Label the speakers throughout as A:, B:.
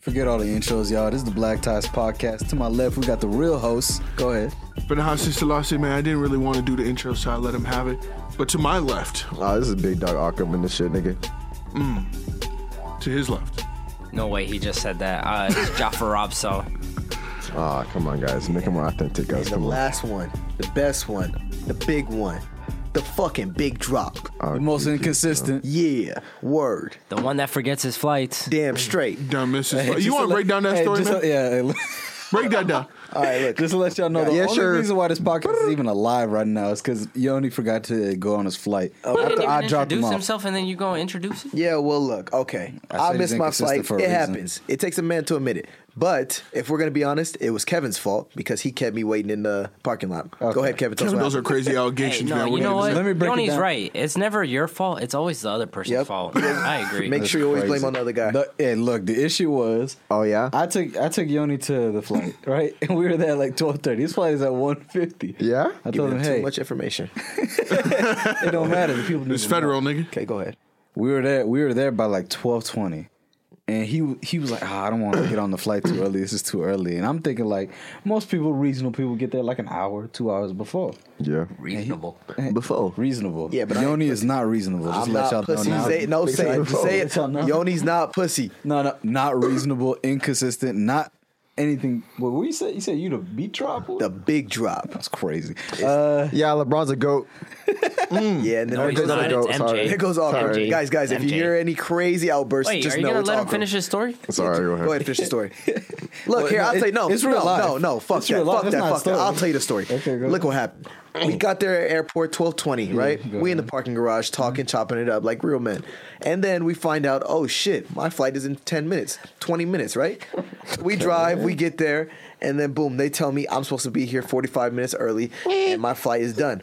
A: Forget all the intros, y'all. This is the Black Ties Podcast. To my left, we got the real host. Go ahead.
B: But now, Sister Lassie, man, I didn't really want to do the intro, so I let him have it. But to my left,
C: Oh, this is Big Dog Ackerman, this shit, nigga.
B: to his left,
D: No way, he just said that. Uh, it's Jafar Robso.
C: Ah, come on, guys. Make them more authentic, guys.
E: And the
C: Come on.
E: last one, the best one, the big one, the fucking big drop.
C: Ah,
A: The most
C: keep- keep-
A: inconsistent.
E: Yeah, word,
D: The one that forgets his flights.
E: damn straight.
B: down Mrs.
A: Hey,
B: you
A: just
B: want to
A: let-
B: break down that
A: hey,
B: story,
A: just-
B: man?
A: yeah, hey, look-
B: Break that down.
E: All right, look,
A: just to let y'all know, the
C: Yeah,
A: only
C: sure.
A: reason why this podcast is even alive right now is because Yoni forgot to go on his flight.
F: Oh,
A: After I dropped him
D: introduce
A: off.
D: himself and then you go introduce him.
E: Yeah, well, look, okay.
A: I
E: I,
A: said
E: missed
A: he's
E: my
A: inconsistent
E: flight.
A: for a
E: It
A: reason.
E: happens. It takes a man to admit it. But if we're gonna be honest, it was Kevin's fault because he kept me waiting in the parking lot.
A: Okay.
E: Go ahead, Kevin. Tell us
B: Kevin,
E: what
B: those are
E: happened.
B: crazy
D: Hey,
B: allegations,
D: no,
B: man.
D: you
B: We're
D: know
B: gonna-
D: what?
A: Let me break it
D: Yoni's
A: down.
D: right. It's never your fault. It's always the other person's
E: Yep.
D: fault. I agree.
E: Make sure you always blame on the other guy.
A: The, yeah, look, the issue was.
C: Oh, yeah?
A: I took I took Yoni to the flight, right? And we were there at like twelve thirty. His flight is at one fifty.
C: Yeah?
A: I
E: Giving
A: told him,
E: him too
A: hey,
E: much information.
A: it don't matter. The people need
B: It's
A: to know.
B: federal, nigga.
E: Okay, go ahead.
A: we were there we were there by like 12:20 and he he was like Ah, I don't want to get on the flight too early this is too early and I'm thinking like most people reasonable people get there like an hour 2 hours before
C: Yeah.
D: Reasonable.
C: Before.
A: reasonable
E: Yeah, but I
A: Yoni is not reasonable just
E: I'm
A: let
E: not
A: y'all
E: pussy.
A: know now.
E: Say, no, say it.
A: Before.
E: Say
A: Let
E: it.
A: y'all know.
E: Yoni's not pussy.
A: no no not reasonable inconsistent not anything what were you say you said you the beat drop
E: The big drop.
A: that's crazy uh
C: Yeah, LeBron's a goat.
E: Yeah, and then
D: No,
E: there
D: he's
E: goes
D: not. It's
E: all-
C: goat.
D: MJ.
C: Sorry.
E: there goes all
D: MJ.
E: guys. Guys, if you
D: MJ.
E: hear any crazy outbursts,
D: Wait,
E: just
D: are you
E: know
D: gonna
E: it's
D: let him
E: awkward.
D: finish his story?
C: Sorry, go ahead.
E: Go ahead, finish the story. Look
A: Well,
E: here,
A: no,
E: I'll
A: it-
E: tell you. No,
A: it's real
E: no,
A: life.
E: no, no. Fuck
A: It's
E: that.
A: real life.
E: Fuck
A: It's
E: that.
A: not a
E: Fuck that.
A: story.
E: I'll tell you the story.
A: Okay, go
E: Look what happened. We got there at airport twelve twenty, right?
A: go
E: We in
A: ahead.
E: the parking garage talking, chopping it up like real men, and then we find out, oh shit, my flight is in ten minutes, twenty minutes, right? We drive, we get there, and then boom, they tell me I'm supposed to be here forty five minutes early, and my flight is done,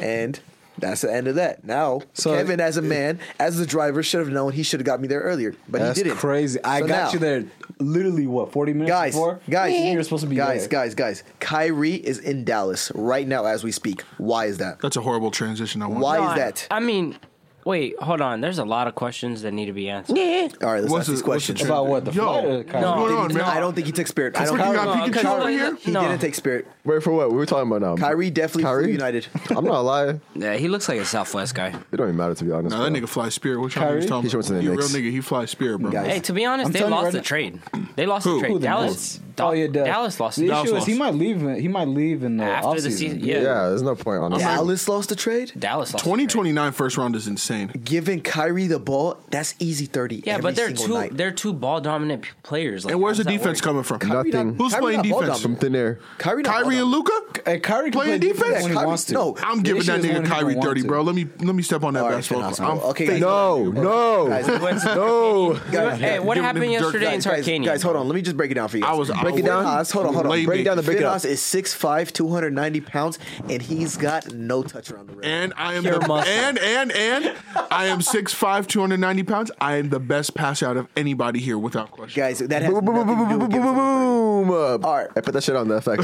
E: and. That's the end of that. Now,
A: So-
E: Kevin, as a man, as the driver, should have known he should have got me there earlier, but
A: that's
E: he didn't.
A: crazy. I
E: So
A: got
E: now-
A: you there literally what 40 minutes
E: guys,
A: before?
E: guys,
A: you were supposed to be
E: guys,
A: there.
E: guys, guys. Kyrie is in Dallas right now as we speak. Why is that?
B: That's a horrible transition. I want.
E: Why
D: No,
E: is
D: I-
E: that?
D: I, mean, wait, hold on. There's a lot of questions that need to be answered.
E: All right, let's
B: What's
E: ask these
B: the- what's the
E: questions.
B: trend?
A: About what, the
B: Yo,
A: flight or the
B: what's
A: conversation?
B: going
D: No,
B: on, man?
E: I don't think he took Spirit. I
B: That's
E: don't
B: what you
E: think
B: got
D: No,
B: Pikachu
D: no,
B: over here?
E: he
D: No.
E: didn't take Spirit.
C: Wait, for what? We were talking about now.
E: Kyrie definitely flew United.
C: I'm not lying.
D: Yeah, he looks like a Southwest guy.
C: It don't even matter, to be honest.
B: Nah, that
C: bro.
B: nigga flies spear. What y'all niggas
A: Kyrie?
B: talking
C: He went to
B: about?
C: the
B: You a real
C: Knicks.
B: nigga. He flies spear, bro.
E: Guys.
D: Hey, to be honest,
A: I'm
D: they
A: telling you
D: lost
A: right
D: the
A: now-
D: trade. They lost
B: Who?
D: the
A: Who,
D: trade.
A: the
D: Dallas.
A: Nets? oh, yeah, Dallas.
D: Dallas lost
A: The
D: the
B: Dallas
A: issue is he
B: lost.
A: might leave. in- He might leave in the
D: After the
A: offseason.
D: season, yeah.
C: Yeah, there's no point, honestly.
E: Dallas lost the trade.
D: Dallas lost. the trade.
B: 2029 first round is insane.
E: Giving Kyrie the ball, that's easy thirty.
D: Yeah,
E: every
D: but they're
E: single
D: two.
E: Night.
D: They're two ball dominant p- players. Like,
B: And where's
D: how
B: the
D: does that
B: defense
D: work?
B: coming from?
C: Nothing.
B: Who's
E: Kyrie
B: playing
E: not ball
B: defense?
C: From thin air.
E: Kyrie, not
B: Kyrie and
E: all
B: Luca?
A: Hey, Kyrie can
B: Playing
A: play
B: defense?
A: when he
E: Kyrie-
A: wants to.
E: no,
B: I'm
A: The
B: giving
A: issue
B: that
A: is when
B: nigga
A: he
B: Kyrie
A: don't want
B: 30,
A: to.
B: bro. Let me let me step on that
E: All right,
B: basketball.
E: then,
B: I'm
E: awesome. Okay, guys.
C: No,
E: Guys,
C: no.
D: No.
E: Guys,
D: Hey, what
B: give him
D: happened
B: the dirt
D: yesterday in
B: guys,
E: guys,
D: Tarkanian?
E: guys, hold on. Let me just break it down for you.
B: I
E: guys.
B: was
C: Break it down.
E: Oz, hold on, hold on.
B: Lay
C: Break it
B: big.
C: down to break it up.
E: Finas is 6'5", 290 pounds, and he's got no touch around the rim.
B: And I am
D: Pure
B: the,
D: muscle.
B: and and and I am 6'5", 290 pounds. I am the best pass out of anybody here without question.
E: Guys, that has
C: Boom, boom, boom,
E: nothing to do
C: boom,
E: with
C: boom, boom, boom,
E: giving somebody-
C: boom. All
E: right.
C: I put that shit on the effect.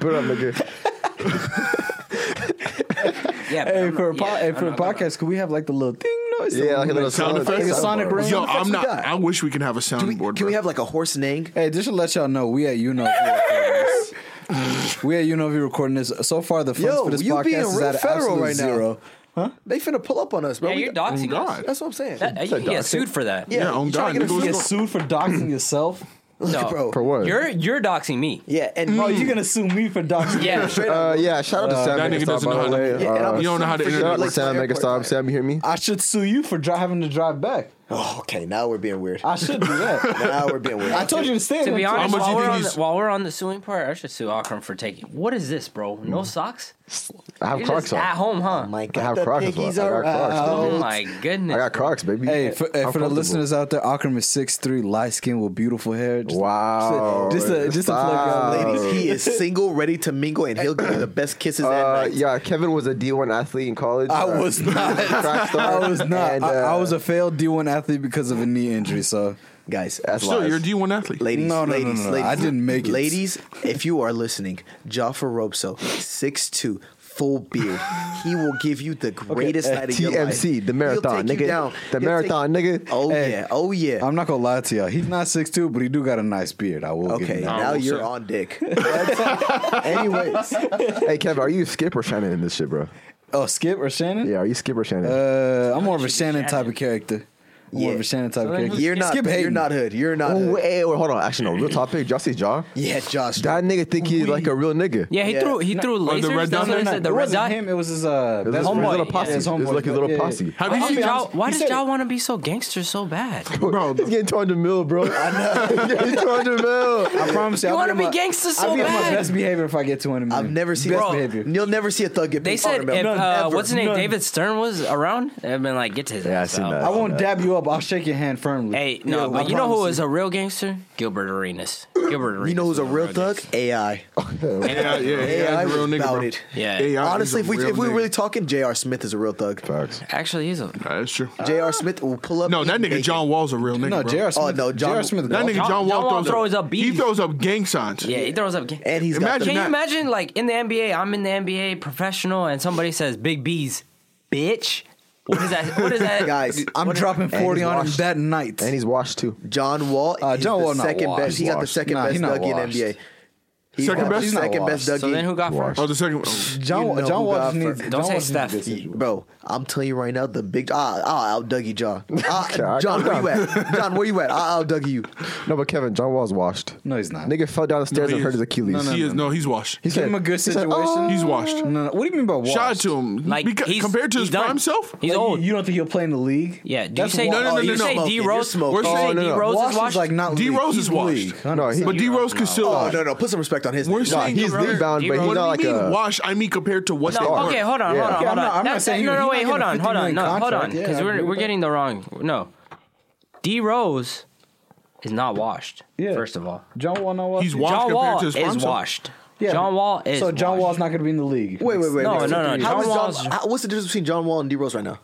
C: Put it on, nigga.
D: Yeah, but
A: Hey,
D: I'm
A: for a,
D: not-
A: po-
D: yeah,
A: hey,
D: I'm
A: for a
D: not- I'm not-
A: podcast, could we have like the little ding noise?
C: Yeah, like a little
B: Sound
C: sound
B: effect?
A: Like a
C: sound
A: sonic
C: bar.
A: ring?
B: Yo,
E: uh, what the fuck's
B: I'm
E: we
B: not.
E: got?
B: I wish we could have a
E: Do we-
B: soundboard.
E: can
B: bro.
E: we have like a horse neighing?
A: Hey, just to let y'all know, we at UNOV. we at UNOV recording this. So far, the funds
E: Yo,
A: for this
E: you
A: podcast
E: being
A: is
E: real
A: at
E: federal
A: absolute
E: right now.
A: zero.
E: They finna pull up on us, bro.
D: Yeah,
E: We
D: you're
E: got-
D: doxing
B: Oh God.
D: us.
E: That's what I'm saying.
D: That- uh, You can get sued for that.
E: oh yeah,
B: on
E: you
B: God,
E: trying to
B: nigga,
E: get us
B: what's
A: You get
E: sued?
B: going-
A: sued for doxing yourself?
D: No.
E: bro.
C: For what?
D: You're you're doxing me.
E: Yeah,
B: Mm.
E: and
A: Oh, you're gonna sue me for doxing?
D: Yeah.
E: straight up.
C: Uh, yeah, shout out to Sam.
B: that nigga
C: Megastar,
B: doesn't
C: by
B: know how to-
C: the way.
E: Yeah, and
C: Uh,
E: I'm
B: you don't know how to
E: freaking
B: internet
C: Shout out to
B: works.
C: Sam
E: Airport
C: Megastar.
E: time.
C: Sam, you hear me?
A: I should sue you for dri- having to drive back.
E: Oh, okay, now we're being weird.
A: I should do that.
E: Now we're being weird.
A: I told you to stay.
D: To be
B: How
D: honest,
B: much you
D: while we're,
B: think
D: on the,
B: he's-
D: while we're on the suing part, I should sue Akram for taking. What is this, bro? No socks?
C: I have
D: You're
C: Crocs
D: just
C: on.
D: at home, huh?
E: Oh
C: I
E: my
C: have
E: God, the
C: Crocs as well.
E: piggies
C: I
E: are
C: got Crocs,
E: out.
D: oh my goodness.
C: I
F: uh,
C: got Crocs, baby.
A: Hey, for, hey,
C: I'm
A: for the
C: comfortable.
A: listeners out there, Akram is 6'3", light skin with beautiful hair. Just,
C: Wow.
A: Just a, just a plug
C: Stop.
A: out.
E: Ladies, he is single, ready to mingle, and he'll give you the best kisses at
C: Uh,
E: night.
C: yeah, Kevin was a D1 athlete in college.
A: I
C: Uh,
A: was not.
C: Track star.
A: I was not.
C: And,
A: I, I
C: uh,
A: was a failed D1 athlete because of a knee injury. So
E: Guys,
C: That's
B: Still,
C: lies.
B: you're a D1 athlete.
E: Ladies,
A: No, no, no,
E: ladies,
A: no, no.
E: ladies.
A: I didn't make it.
E: Ladies, if you are listening, Jaffa Robso, 6'2, full beard. he will give you the greatest night of your life.
C: TMC, the
E: He'll
C: marathon,
E: take you
C: nigga.
E: down.
C: The
E: He'll take-
C: marathon, nigga.
E: Oh
A: Hey.
E: yeah, oh yeah.
A: I'm not gonna lie to y'all. He's not six two, but he do got a nice beard. I will. give
E: okay,
A: him
B: I
A: that.
E: now
B: will
E: you're
B: say.
E: on dick.
C: Anyways, hey Kev, are you Skip or Shannon in this shit, bro?
A: Oh, Skip or Shannon?
C: Yeah, are you Skip or Shannon?
A: Uh, I'm more of
D: Should
A: a
D: be
A: Shannon type
D: Shannon.
A: of character. I'm More of
E: Yeah.
A: a Shannon type
D: So
A: of
D: then
A: character.
D: who's
E: You're not.
A: Skip
E: you're
A: hating.
E: not hood. You're not.
A: uh,
C: oh,
E: hood.
C: wait, wait, hold on. Actually, no. Real topic. Y'all see Jaw?
E: Yeah, Josh.
C: That nigga think he's like a real nigga.
F: Yeah, he
E: Yeah.
F: threw he threw
B: Oh,
F: lasers.
B: the red
F: That's
B: dot?
F: what
B: No,
F: he
B: no,
F: said. The
A: it
F: red
A: wasn't
F: dot.
A: him. It was his uh,
C: was
A: best
C: his
A: friend.
C: little posse.
A: Yeah, his
C: It was
A: homeboy.
C: like his little
A: Yeah, yeah,
C: posse.
A: yeah.
B: Have
F: Why
B: you
F: does
B: seen?
F: y'all, why
A: He
F: does
A: said it.
F: y'all want to be so gangster so bad?
B: Bro,
C: He's getting 200 mil, bro. I know. He's getting 200 mil.
A: I promise you.
F: You
A: I'll
F: wanna
A: on
F: be
A: my-
F: gangsta so
A: I'll be on my
F: bad.
A: best behavior if I get 200 million.
E: I've never seen.
A: best
E: Bro,
A: behavior.
E: You'll never see a thug get
F: They
E: big
F: said
E: watermelon.
F: if uh,
E: Ever.
F: what's his name,
A: None.
F: David Stern was around, I've been like, get to his
C: Yeah, I
F: ass
C: seen
F: out.
C: that.
A: I won't dab you up. I'll shake your hand firmly.
F: Hey, no,
A: Yeah,
F: but
A: I
F: you know who
A: promise
F: was a real gangster? Gilbert Arenas. Gilbert Arenas.
E: You know who's
F: was
E: a real thug?
F: gangster.
E: AI.
B: yeah, yeah,
E: AI
B: yeah, he's a real
E: was
B: nigga,
E: about
B: bro.
E: it.
F: Yeah.
B: AI is
E: Honestly,
B: a
E: if we
B: real
E: if we're
B: nigga.
E: really talking, J.R. Smith is a real thug.
C: Facts.
F: Actually, he's a.
B: Yeah, that's true.
E: J.R. Smith will pull up.
B: No, that
E: eat
B: nigga
E: bacon.
B: John Wall's a real nigga.
A: No,
B: bro.
A: J.R. Smith.
E: no, John-
A: J.R. Smith.
B: That nigga Oh, John,
F: John
B: Wall
F: Wall
B: throws,
F: throws
B: up.
F: up
B: He
F: bees.
B: throws up gang signs.
F: Yeah, he throws up.
E: And he's got
B: Imagine
E: the,
F: Can you
B: that.
F: imagine, like, in the NBA, I'm in the NBA professional, and somebody says, Big B's, bitch? What is that? What is that?
E: guys.
A: I'm
E: what-
A: dropping
C: he's
A: 40 on him
C: washed.
A: that night.
C: And he's washed too.
E: John Wall.
A: Uh,
E: is
A: John
E: the
A: Wall not
E: second
A: washed.
E: best. He got the
A: Washed.
E: second
A: Nah, he
E: best
A: not
E: Dougie
A: washed.
E: in NBA. He
B: Second
E: got
B: best?
E: the
B: He's
A: not
E: Second
A: washed.
E: best Dougie.
F: So then who got
C: Washed.
F: first?
B: Oh, the second. Oh,
A: John,
E: you know
A: John
E: who
A: Wall
E: got
A: just needs.
E: first.
A: John
F: Don't say
A: Wall just needs
F: Steph.
A: good situation.
E: Bro, I'm telling you right now, the big ah, I'll out Dougie John. Ah, John, where you at? John, where you at? I'll out Dougie you.
C: No, but Kevin, John Wall's washed.
A: No, he's not.
C: Nigga fell down the stairs
B: he
C: and hurt
B: is.
C: his Achilles.
A: No,
B: he is. No, he's washed.
C: He
A: Give him a good
C: he said,
A: situation.
C: "Oh."
B: He's washed.
A: No, no. What do you mean by washed?
B: Shout out to him.
F: Like,
B: Beca-
F: he's-
B: compared to
F: he's
B: his
F: done.
B: prime self,
F: He's
A: Like, you-
F: old.
A: You don't think he'll play in the league?
F: Yeah. Do you
A: That's
F: say,
A: wa-
B: No, no, no, no,
F: you say
B: no.
F: D
E: You're
F: Rose?
E: smoking.
F: You say
B: Oh, no,
F: D
B: no.
F: Rose
A: Washed
F: is
A: is
F: washed?
A: like not
B: D
A: league.
B: Rose
A: He's
B: is washed.
A: league,
C: No, he-
A: 100%.
B: but D Rose could still.
E: Oh no, no, put some respect on his.
B: We're
E: name.
B: saying
C: he's
B: compared-
C: league-bound, but he's
B: What do
C: not
B: you
C: like
B: mean
C: a-
B: washed? I mean compared to what's
F: No,
B: the
F: okay, hold on,
C: Yeah.
F: hold on,
A: Yeah,
F: hold
A: I'm not- I'm
F: on.
A: not
F: That's-
A: saying
F: no,
A: he-
F: no,
A: he
F: wait,
A: not
F: hold
A: getting
F: on,
A: a
F: hold
A: 50
F: on,
A: million
F: no, hold on,
A: contract. Yeah, I
F: because
A: agree
F: we're we're
A: with
F: getting the wrong. No, D Rose is not washed.
A: Yeah.
F: First of all,
A: John Wall not washed.
B: He's
A: yet?
B: Washed
F: John
B: compared
F: Wall
B: to his
F: is
B: sponsor?
F: washed.
A: Yeah.
F: John Wall is.
A: So John
F: washed.
A: Wall's not going to be in the league.
E: Wait, wait, wait.
F: No,
E: wait.
F: no, no,
E: How
F: John
E: is John,
F: Wall's-
E: how, what's the difference between John Wall and D Rose right now?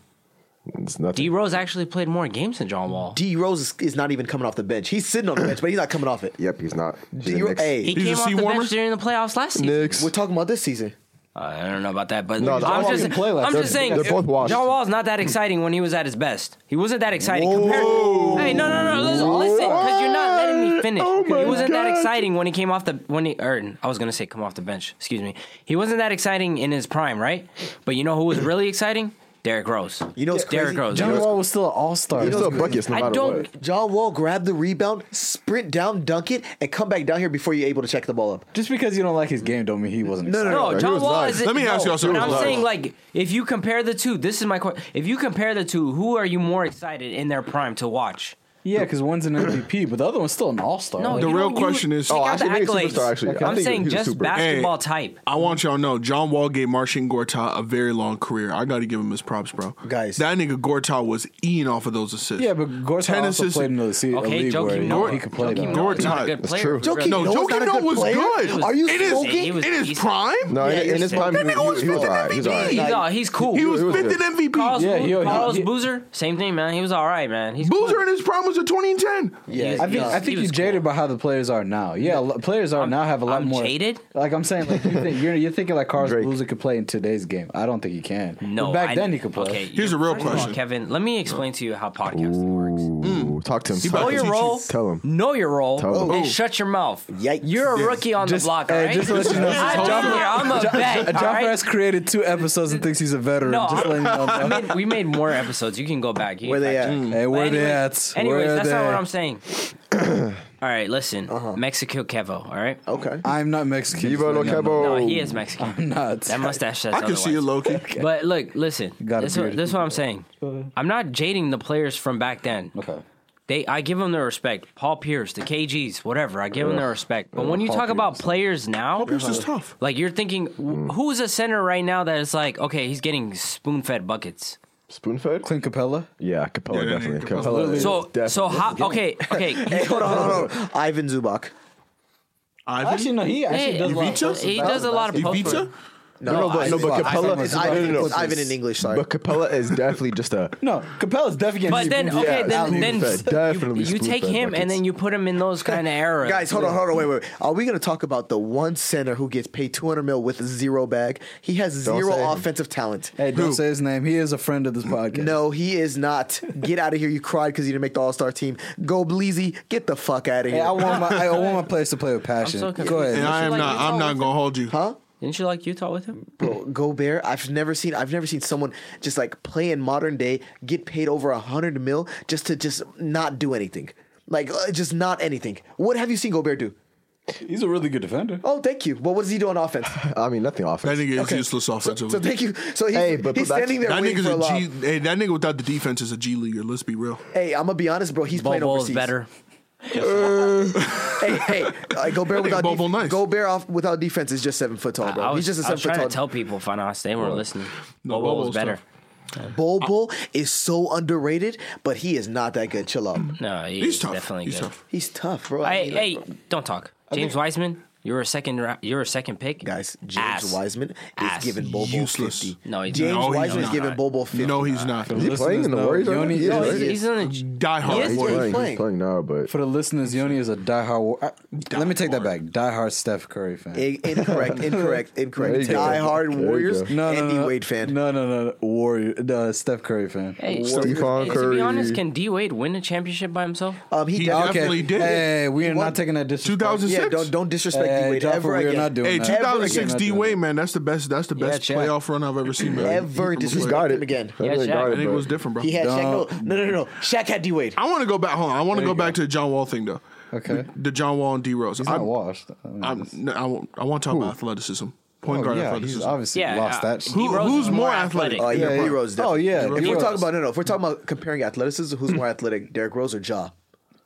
C: It's nothing.
F: D Rose actually played more games than John Wall.
E: D Rose is, is not even coming off the bench. He's sitting on the bench, but he's not coming off it.
C: Yep, he's not. He's
E: D
C: a
E: Rose,
C: Knicks.
F: He
E: hey,
B: He's a
F: came off
B: sea
F: the
B: warmer?
F: bench during the playoffs last season.
C: Knicks.
E: we're talking about this season.
F: Uh, I don't know about that, but
C: No, John
F: I'm
C: Wall
F: just,
A: can play like
F: I'm
A: that.
F: just saying
C: They're both washed.
F: John Wall's not that exciting when he was at his best. He wasn't that exciting. Compared, hey, no, no, no, listen, listen, because you're not letting me finish.
C: Oh my
F: he wasn't that
C: God.
F: exciting when he came off the when he. Or, I was gonna say come off the bench. Excuse me. He wasn't that exciting in his prime, right? But you know who was really exciting? Derrick Rose.
E: You know what's
F: Derrick
E: crazy?
F: Rose.
A: John Wall was still an all star.
C: He's still buckets no
F: I
C: matter
F: don't-
C: what.
E: John Wall grabbed the rebound, sprint down, dunk it, and come back down here before you're able to check the ball up.
A: Just because you don't like his game, don't mean he wasn't.
E: No, no,
A: excited.
F: No,
C: He
F: John
C: was
F: Wall
C: live.
F: is.
B: Let me
F: no,
B: ask y'all something.
F: But I'm
B: He was
F: saying,
B: live.
F: like, if you compare the two, this is my question. If you compare the two, who are you more excited in their prime to watch?
A: Yeah, because one's an MVP, but the other one's still an all star.
F: No,
B: The
F: you
B: real
F: don't- you
B: question is-
F: take
B: Oh,
F: out
C: I
F: the
C: think he's a
F: accolades.
C: superstar, actually. I
F: I'm
C: think
F: saying
C: he's a
F: just
C: super.
F: basketball
B: Hey,
F: type.
B: I want y'all to know John Wall gave Martian Gortat a very long career. I got to give him his props, bro.
E: Guys.
B: that nigga Gortat was eating off of those assists.
A: yeah, but Gortat also
B: assists-
A: played in the season.
F: Okay,
A: a league where
F: Joakim
A: you know,
F: Noah.
A: he could play.
F: Joakim
A: though.
F: Noah
B: Gortat.
F: is not a good
C: That's
F: player.
C: true.
E: Joakim
B: No,
E: Noah's
B: Joakim
E: not a
B: Noah
E: good
B: was
E: player?
B: good.
E: Are you
B: in his,
E: smoking?
F: He was
B: in his
F: decent.
B: prime?
C: No,
E: Yeah,
C: in, in his
E: you're
C: prime,
B: That
C: he,
B: nigga was
C: he, he was
B: fifth in
C: alright. He was
B: MVP.
C: alright.
F: He's, uh, he's cool.
B: He was
C: He was
B: fifth in
C: good.
B: MVP.
F: Carlos,
A: Yeah,
F: yeah,
A: he- he-
F: Carlos
A: he-
F: Boozer, same thing, man. He was all right, man. He's
B: Boozer
F: cool.
B: in his prime was a 20 and 10.
F: He was-
A: I think
F: he was-
A: I think
F: he
A: you
F: was
A: jaded
F: cool.
A: by how the players are now. Yeah, lo- players are now have a lot
F: I'm
A: more
F: jaded?
A: Like I'm saying, like you think, you're, you're thinking like Carlos
C: Drake.
A: Boozer could play in today's game. I don't think he can.
F: No,
A: but back
F: I-
A: then he could play.
F: Okay,
B: Here's a real
F: first of all,
B: question.
F: Kevin. Let me explain to you how podcasting works.
C: Ooh, Talk to him.
B: about to
C: Talk to
F: Know your
B: teach
C: him.
B: you.
F: role.
C: Tell him.
F: Know your role.
C: Tell him.
F: And
B: Oh.
F: shouts your mouth.
E: Yikes.
F: You're a rookie on
A: Just-
F: the block, all
A: hey,
F: right?
A: just to let you know,
F: I've
A: John-
F: been here. I'm a vet, all
A: John
F: right?
A: Uh, has created two episodes and thinks he's a veteran.
F: No,
A: just
F: I-
A: letting you know.
F: I
A: bro.
F: made, we made more episodes. You can go back. You
E: Where
F: can
E: they
F: fact
E: at?
F: check.
A: Hey,
F: But
A: where they
F: anyway-
A: at?
F: Anyways,
A: Where
F: that's
A: they-
F: not what I'm saying. all right, listen. Mexico Kevo, all right?
E: Okay.
A: I'm not Mexican. just
C: Viva lo
A: letting you know.
F: No,
C: Cabo.
F: he is Mexican.
A: I'm not.
F: That mustache says
B: I can see it,
F: otherwise.
B: Loki.
F: But look, listen.
A: Got a
F: This what,
A: beard.
F: this what I'm saying. I'm not jading the players from back then.
A: Okay.
F: They, I give them their respect. Paul Pierce, the KGs, whatever. I give them their respect. But when you
A: Paul
F: talk about players now, Paul
B: Pierce is tough.
F: Like you're thinking, wh- who's a center right now that is like, okay, he's getting spoon fed buckets.
C: Spoon fed?
A: Clint Capella.
C: Yeah, Capella
B: Yeah, yeah,
C: definitely.
B: Capella.
C: Capella. is
F: So,
C: definitely-
F: so how? Okay, okay.
E: Hold on, hold on, hold on. Ivan Zubac.
B: Ivan?
A: Actually, no. He actually
F: Hey,
A: does. a lot of
F: Ivica?
A: post-
F: He does a lot of
B: Ivica?
F: post-
E: No,
C: No, but,
E: I-
C: no, but
E: fuck, I-
C: Capella.
E: it's
C: no,
E: Ivan,
C: no, no, no.
E: it's Ivan in English. Sorry,
C: But Capella is definitely just a.
A: No, Capella's definitely.
F: But then,
C: Yeah,
F: okay, then,
C: absolutely.
F: then
C: Fed, definitely
F: you, you
C: spoon
F: take
C: fed
F: him and
C: buckets.
F: then you put him in those kind of eras.
E: guys, hold on, hold on, wait, wait. wait. Are we going to talk about the one center who gets paid 200 mil with zero bag? He has
C: Don't
E: zero
C: say him.
E: offensive talent.
A: hey, don't say his name. He is a friend of this podcast.
E: No, he is not. Get out of here. You cried because you didn't make the All Star team. Go, Bleezy. Get the fuck out of
A: Hey,
E: here.
A: I want my I want my players to play with passion.
F: so
A: Go
F: confused.
B: And
A: ahead.
B: I am
F: like
B: not.
F: Utah
B: I'm not
F: with
B: gonna hold you.
E: huh?
F: Didn't you like Utah with him?
E: Bro, Gobert, I've never seen. I've never seen someone just like play in modern day, get paid over a hundred mil just to just not do anything, like uh, just not anything. What have you seen Gobert do?
A: He's a really good defender.
E: Oh, thank you. But what does he do on offense?
C: I mean, nothing
B: That
C: offense.
B: nigga is
E: Okay.
B: useless offensively.
E: So thank you. So he's,
C: Hey, but-
E: he's
C: but that's-
E: standing there
B: that
E: waiting
B: nigga's
E: for a,
B: a
E: lob.
B: G. Hey, that nigga without the defense is a G leaguer. Let's be real.
E: Hey, I'm gonna be honest, bro. He's playing
F: Bobo's
E: overseas.
F: better.
E: Hey, hey, uh, Gobert
B: That nigga
E: without
B: Bobo
E: def-
B: nice.
E: Gobert off without defense is just seven foot tall, bro.
F: I was,
E: he's just
F: I
E: a seven
F: was
E: foot
F: trying
E: tall.
F: to tell people, Fanas, they weren't listening.
B: No,
F: Bobo
B: Bobo's
F: was better.
B: tough.
E: Bobo is so underrated, but he is not that good. Chill out.
F: No, he-
B: He's tough.
F: Definitely
B: He's
F: good.
B: tough.
E: He's tough, bro. I
F: Hey,
E: mean,
F: hey, don't talk. James Wiseman, you're a second. ra- You're a second pick,
E: guys, James
F: Ass.
E: Wiseman is
F: Ass.
E: giving Bobo
B: Useless.
E: fifty.
F: No, he's
E: James
B: No, he's
E: Wiseman is
B: not.
E: giving Bobo fifty.
B: No, he's not.
C: Is he playing in the
A: No,
C: Warriors? right now?
A: Yoni-
C: He is,
A: No,
C: right?
F: He's, he's on the.
B: Die hard.
E: He is
C: He's
B: warrior.
E: playing.
C: playing. He's playing now, but
A: For the listeners, Yoni is a diehard. War- I, let me take that back. Diehard Steph Curry fan.
E: I- incorrect, incorrect, incorrect.
C: There you go.
E: Die hard
C: There you
E: Warriors,
C: go.
A: no, no,
E: Andy
A: no,
E: Wade fan.
A: No, no, no, no. Warrior, uh, Steph Curry fan.
F: Hey,
C: Stephon
F: To
C: Curry.
F: be honest, can D Wade win a championship by himself?
E: Um, he,
B: He
E: definitely.
B: def- definitely did.
A: Hey, we are
E: won.
A: not taking that disrespect.
B: 2006.
E: Yeah, don't don't disrespect
A: Hey,
E: D Wade
A: Jaffa,
E: ever
A: we are
E: again.
A: not doing
B: Hey,
A: that.
B: 2006
A: Ever
B: D
A: again.
B: Wade, man, that's the best. That's the best
A: Shaq.
B: playoff run I've ever seen. Man.
E: Ever
C: he's
E: disrespect
C: got
E: him
C: it
E: again.
C: He
F: Yeah,
C: really
F: Shaq.
C: got
B: I
C: it,
B: think it
C: but-
B: was different, bro.
E: He had
A: Don't-
E: Shaq. No, no, no, no, no. Shaq had D Wade.
B: I want to go back. Hold on. I want to go back to the John Wall thing, though.
A: Okay.
B: The John Wall and D Rose.
A: He's not washed. I mean,
B: I'm,
A: it's-
B: no, I, won't, I want to talk about athleticism. Point
A: oh,
B: guard
A: yeah, he's
B: athleticism.
A: obviously
F: Yeah,
A: lost
F: uh,
A: that.
B: Who-
F: D Rose
B: who's
F: is
B: more
F: more
B: athletic?
F: athletic?
E: Uh, yeah,
A: Yeah, yeah.
E: Heroes.
A: Oh,
E: definitely.
A: yeah,
E: If we're
A: Heroes.
E: talking about no, no, if we're talking about comparing athleticism, who's more athletic, Derrick Rose or Ja?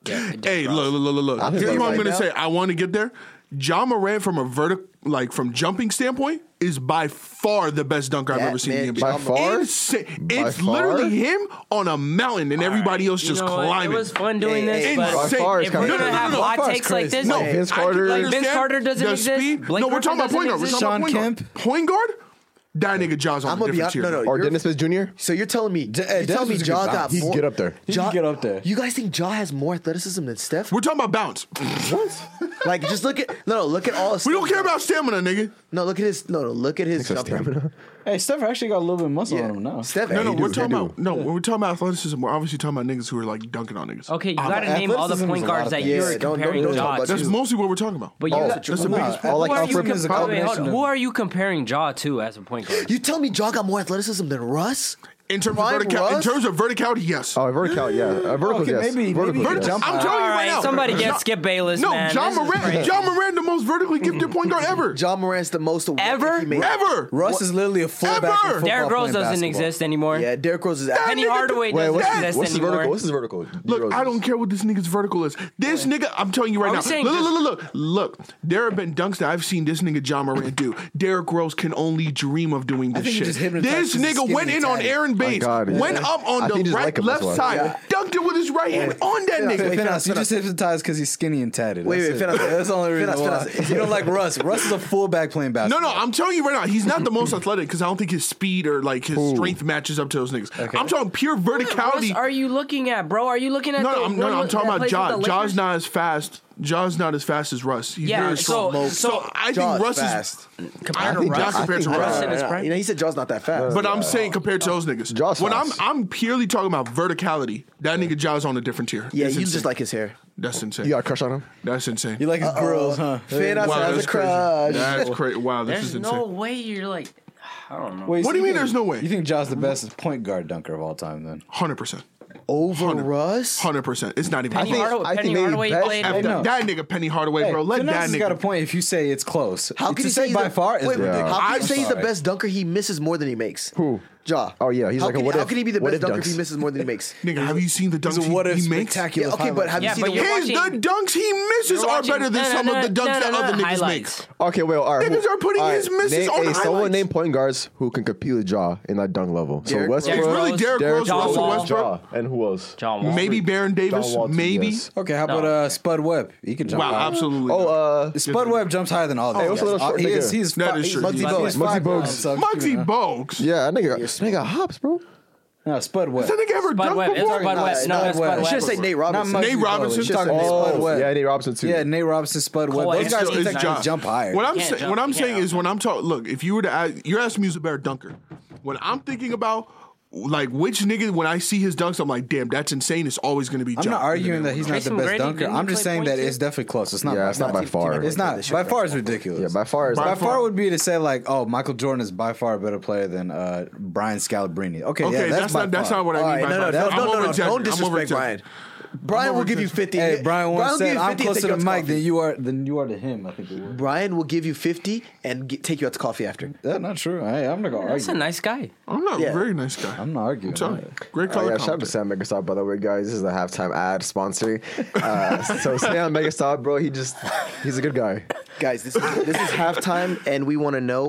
B: Hey, look, look, look, look, look.
E: I'm
B: Here's
E: saying
B: what I'm
E: right
B: gonna
E: now-
B: say. I want to get there. John Moran, from a vertical, like from jumping standpoint, is by far the best dunker I've
E: That
B: ever seen
E: man,
B: in the NBA.
E: By
C: far?
B: Insa-
C: By
B: it's
C: far?
B: literally him on a mountain, and everybody else
F: You
B: just
F: know what?
B: climbing.
F: It was fun doing
E: Hey,
F: this,
E: hey,
F: but
C: By far, it's
F: if
C: kinda-
F: we're gonna
C: No, no, no,
F: have
B: no,
A: by
F: hot
A: far it's
F: takes like
A: crazy.
F: this,
B: No,
C: Like Vince
B: I can
C: Carter-
B: understand
F: Vince Carter doesn't
B: the
F: exist.
B: speed.
F: Blake
B: no, we're talking
F: Griffin
B: about point guard.
F: doesn't
B: We're
F: exist.
B: talking about point
A: Sean
B: guard.
A: Kemp.
B: Point guard. That nigga Jaws on
E: I'm
B: a
E: gonna be
B: different
E: honest.
B: tier.
E: No, no.
C: Or
E: you're-
C: Dennis Smith Jr.
E: So you're telling me,
A: D- uh,
E: you're telling
A: Dennis
E: me
A: was a
E: Ja
A: good
E: got
A: bounce. He
E: more?
C: get up there.
A: He
E: Ja-
A: can get up there.
E: You guys think Ja has more athleticism than Steph?
B: We're talking about bounce.
E: like, just look at no, no. Look at all. of
B: We don't
E: Steph's-
B: care about stamina, nigga.
E: No, look at his. No, no. Look at his jumper.
A: Hey, Steph actually got a little bit of muscle on him now.
E: Steph.
B: No, no,
C: they
B: we're
C: do,
B: talking
C: they
B: about no. When we're talking about athleticism, we're obviously talking about niggas who are like dunking on niggas.
F: okay, you gotta name all the
A: athleticism is
F: point
A: a lot
F: guards
A: of
F: that
A: things.
E: Yeah,
F: you're
E: don't- don't-
F: comparing
E: don't talk
F: Jaw
E: about
F: to.
B: That's mostly what we're talking about.
F: But you
C: Oh,
F: got-
C: that's the
A: Nah,
C: biggest-
A: I
C: all like
A: think
F: who, are
A: Alfred
F: you
A: is a
F: comparing, wait, hold
A: combination
F: on,
A: of-
F: who are you comparing Jaw to as a point guard?
E: You tell me Ja got more athleticism than Russ?
B: In terms
E: Prime
B: of vertical, in
E: Russ?
B: terms of verticality, yes.
C: Oh, vertical, yeah. Uh, vertical,
A: Okay,
C: yes.
A: maybe-
C: vertical,
A: maybe
C: yes.
A: jump-
B: I'm telling you
F: All
B: right
F: right,
B: now.
F: somebody
B: Ja-
F: get Skip Bayless,
B: No,
F: man.
B: John
F: This is
B: Moran.
F: crazy.
B: John Moran, the most vertically gifted point guard ever.
E: Ja Morant's the most award
F: Ever?
E: he made.
B: Ever.
A: Russ is literally a fullback. in
B: Ever!
A: football
F: Derrick Rose
A: playing
F: doesn't
A: basketball.
F: exist anymore.
E: Yeah, Derrick Rose is.
B: That
E: out.
F: Penny
B: nigga-
C: Wait,
F: Hardaway doesn't
C: what's,
B: Yes.
F: exist
C: what's his
F: anymore.
C: vertical? What's his vertical?
B: Look, I don't care what this nigga's vertical is. This nigga, I'm telling you right
F: Are we
B: now.
F: saying
B: Look, look,
F: just-
B: look, look, look. There have been dunks that I've seen this nigga John Moran do. Derrick Rose can only dream of doing this
A: think he
B: shit.
A: just hit him in the back 'cause
B: This
A: he's
B: nigga went
A: skinny
B: in
A: and
B: on
A: tiny.
B: Aaron Bates,
C: My God, yeah.
B: went up
C: I
B: on
C: think
B: the
C: he's
B: right
C: like him, that's
B: left
C: why.
B: side,
E: Yeah.
B: dunked it with his right hand on that
E: Wait,
B: nigga.
E: wait,
A: Finas, you
E: Finas.
A: just hypnotized because he's skinny and tatted.
E: Wait,
A: That's
E: wait,
A: it.
E: Finas.
A: That's the only reason
E: Finas,
A: why.
E: Finas.
A: You don't like Russ. Russ is a fullback playing
B: No,
A: basketball.
B: no, I'm telling you right now, he's not the most athletic because I don't think his speed or like his strength matches up to those niggas. I'm talking pure verticality.
F: What are you looking at, bro? Are you looking at
B: No,
F: the
B: no, I'm, no,
F: one
B: no, I'm
F: that
B: talking about
F: plays
B: Jaw.
F: with the
B: Jaw's
F: Lakers?
B: not as fast. Jaw's not as fast as Russ. He's
F: Yeah,
B: very strong.
F: so- so
B: I
E: Jaw's
B: think Russ
E: fast.
B: is. I
F: Compared
B: don't
F: to
B: Jaw
F: Russ?
B: compared to
F: I
B: Russ.
F: don't-
E: Yeah, You know, he said Ja's not that fast.
B: But I'm saying compared to those niggas.
C: Jaw's
B: when I'm
C: fast.
B: I'm purely talking about verticality, that nigga Jaw's on a different tier.
E: yeah,
B: That's
E: you
B: insane.
E: just like his hair.
B: That's insane.
C: You got a crush on him?
B: That's insane.
A: You like his grills, huh?
E: Finas
B: wow,
E: has
B: that's crazy.
E: a crush.
B: That's crazy. Wow, this
F: There's
B: is
F: no
B: insane.
F: way you're like, I don't know.
A: Wait,
B: What do you mean
A: think-
B: there's no way?
A: You think Josh the best point guard dunker of all time? Then
B: Hundred percent.
E: Over Russ.
B: Hundred percent. It's not even.
F: Penny,
B: close.
F: Hardaway,
C: I think
F: Penny
C: maybe
F: Hardaway
C: best-
F: played.
B: F that, that nigga Penny Hardaway,
A: hey,
B: bro. Let
A: Finas
B: that
A: has
B: nigga.
A: got a point. If you say it's close,
E: How
A: to
E: can you
A: say
E: he's
A: by
E: the-
A: far is
E: wait, wait,
A: ridiculous.
E: How can
A: I'm
E: you say he's the
A: sorry.
E: best dunker he misses more than he makes?
C: Who?
E: Ja.
C: Oh, yeah, he's
E: how
C: like a
E: can,
C: what
E: how
C: if-
E: can he be the
C: what
E: best
C: if
E: dunker
C: dunks?
E: if he misses more than he makes?
B: Nigga, have you seen the dunks
A: It's a what
B: he,
A: if
B: he makes?
A: spectacular.
E: Yeah, okay, but have
F: Yeah,
E: you
F: but
E: seen the
F: you're
E: one?
B: His
F: watching-
B: the dunks he misses
F: You're
B: are
F: watching-
B: better than
F: no, no,
B: some
F: no,
B: of the
F: no,
B: dunks
F: no,
B: that
F: no,
B: other
F: no,
B: niggas make.
F: highlights.
C: Okay, well, all right.
B: Niggas
C: who-
B: are putting
C: all
B: his misses
C: name,
B: on
C: hey, Someone
B: highlights.
C: name point guards who can compete with Jaw in that dunk level.
E: Derrick
C: so
E: Rose.
C: Westbrook,
B: It's
F: Derrick
B: really
F: Rose,
B: Derrick
C: Derrick
B: Rose,
F: John
B: Russell
F: Wall.
B: Westbrook,
C: Jaw, and who else?
F: John Wall.
B: maybe Baron Davis,
C: Wall, too,
B: maybe.
C: yes.
A: Okay, how about
F: No.
A: uh, Spud Webb? He can jump.
B: Wow,
A: higher.
B: absolutely.
C: Oh, uh,
A: Spud Webb jumps higher than all of them.
C: what's the little short
A: he
C: nigga?
A: is, he's
B: That
A: fi-
B: is
A: he's-
B: true.
A: he's
B: Muggsy
A: five
C: Bogues. Muggsy
A: pounds,
C: Bogues.
A: so, you
B: Muggsy
A: know.
B: Bogues.
C: yeah, that nigga, nigga hops, bro.
A: No, Spud Webb.
B: That nigga ever
F: Bud Webb.
B: dunked
F: It's
B: before?
F: Bud Webb. No,
A: Spud
F: it's
A: Webb.
F: Bud
A: It
E: Should
F: Webb.
E: say Nate Robinson.
A: Not
B: Nate
A: Muggsy Bogues.
B: Robinson.
A: It's talking
E: Oh,
A: about Spud Webb.
C: yeah, Nate Robinson too.
A: Yeah, Nate Robinson, Spud Webb. Those
F: Kawhi
A: guys
F: Leonard.
A: can
F: It's
A: think they
F: Ja.
A: can jump higher.
B: What I'm
F: You can't
B: saying,
F: jump,
B: what I'm
F: you can't
B: saying is, when I'm talking, look, if you were to ask, you're asking me about a dunker. When I'm thinking about like which nigga, when I see his dunks, I'm like, damn, that's insane. It's always gonna be.
A: I'm
B: Ja.
A: not arguing that he's not the
F: Tracy
A: best
F: McGrady,
A: dunker.
F: didn't he
A: I'm just
F: play
A: saying
F: point
A: that
F: too?
A: it's definitely close. It's not.
C: Yeah,
A: by
C: it's not by far.
A: It's not by far. It's ridiculous.
C: Yeah, by far. it's
A: By
C: not-
A: far would be to say like, oh, Michael Jordan is by far a better player than uh, Brian Scalabrine. Okay,
B: Okay,
A: yeah,
B: that's,
A: that's, by
B: not that's
A: far.
B: not what I mean.
E: All right,
B: by
E: no, no,
B: far.
E: no,
B: I'm
E: no, no, no,
B: overexaggerating. I'm
E: don't disrespect
B: overexaggerating.
E: Brian. Brian will give you
B: overexaggerating.
E: 50.
A: Hey, Brian Warren
E: will give
A: said,
E: you
A: "I'm
E: 50 and
A: closer
E: take you
A: to
E: out
A: Mike
E: coffee.
A: than you are than you are to him." I think it was.
E: Brian will give you 50 and get, take you out to coffee after.
A: That's not true. Hey, I'm not gonna
F: That's a
A: argue.
F: nice guy.
B: I'm not a
E: Yeah.
B: very nice guy.
A: I'm not arguing.
B: telling you. Great
C: Oh,
B: color.
C: yeah, shout out to
B: commentary.
C: Sam Megastar, by the way, guys. This is the halftime ad sponsor. Uh, so Sam Megastar, bro, he just he's a good guy.
E: Guys, this is, this is halftime, and we want to know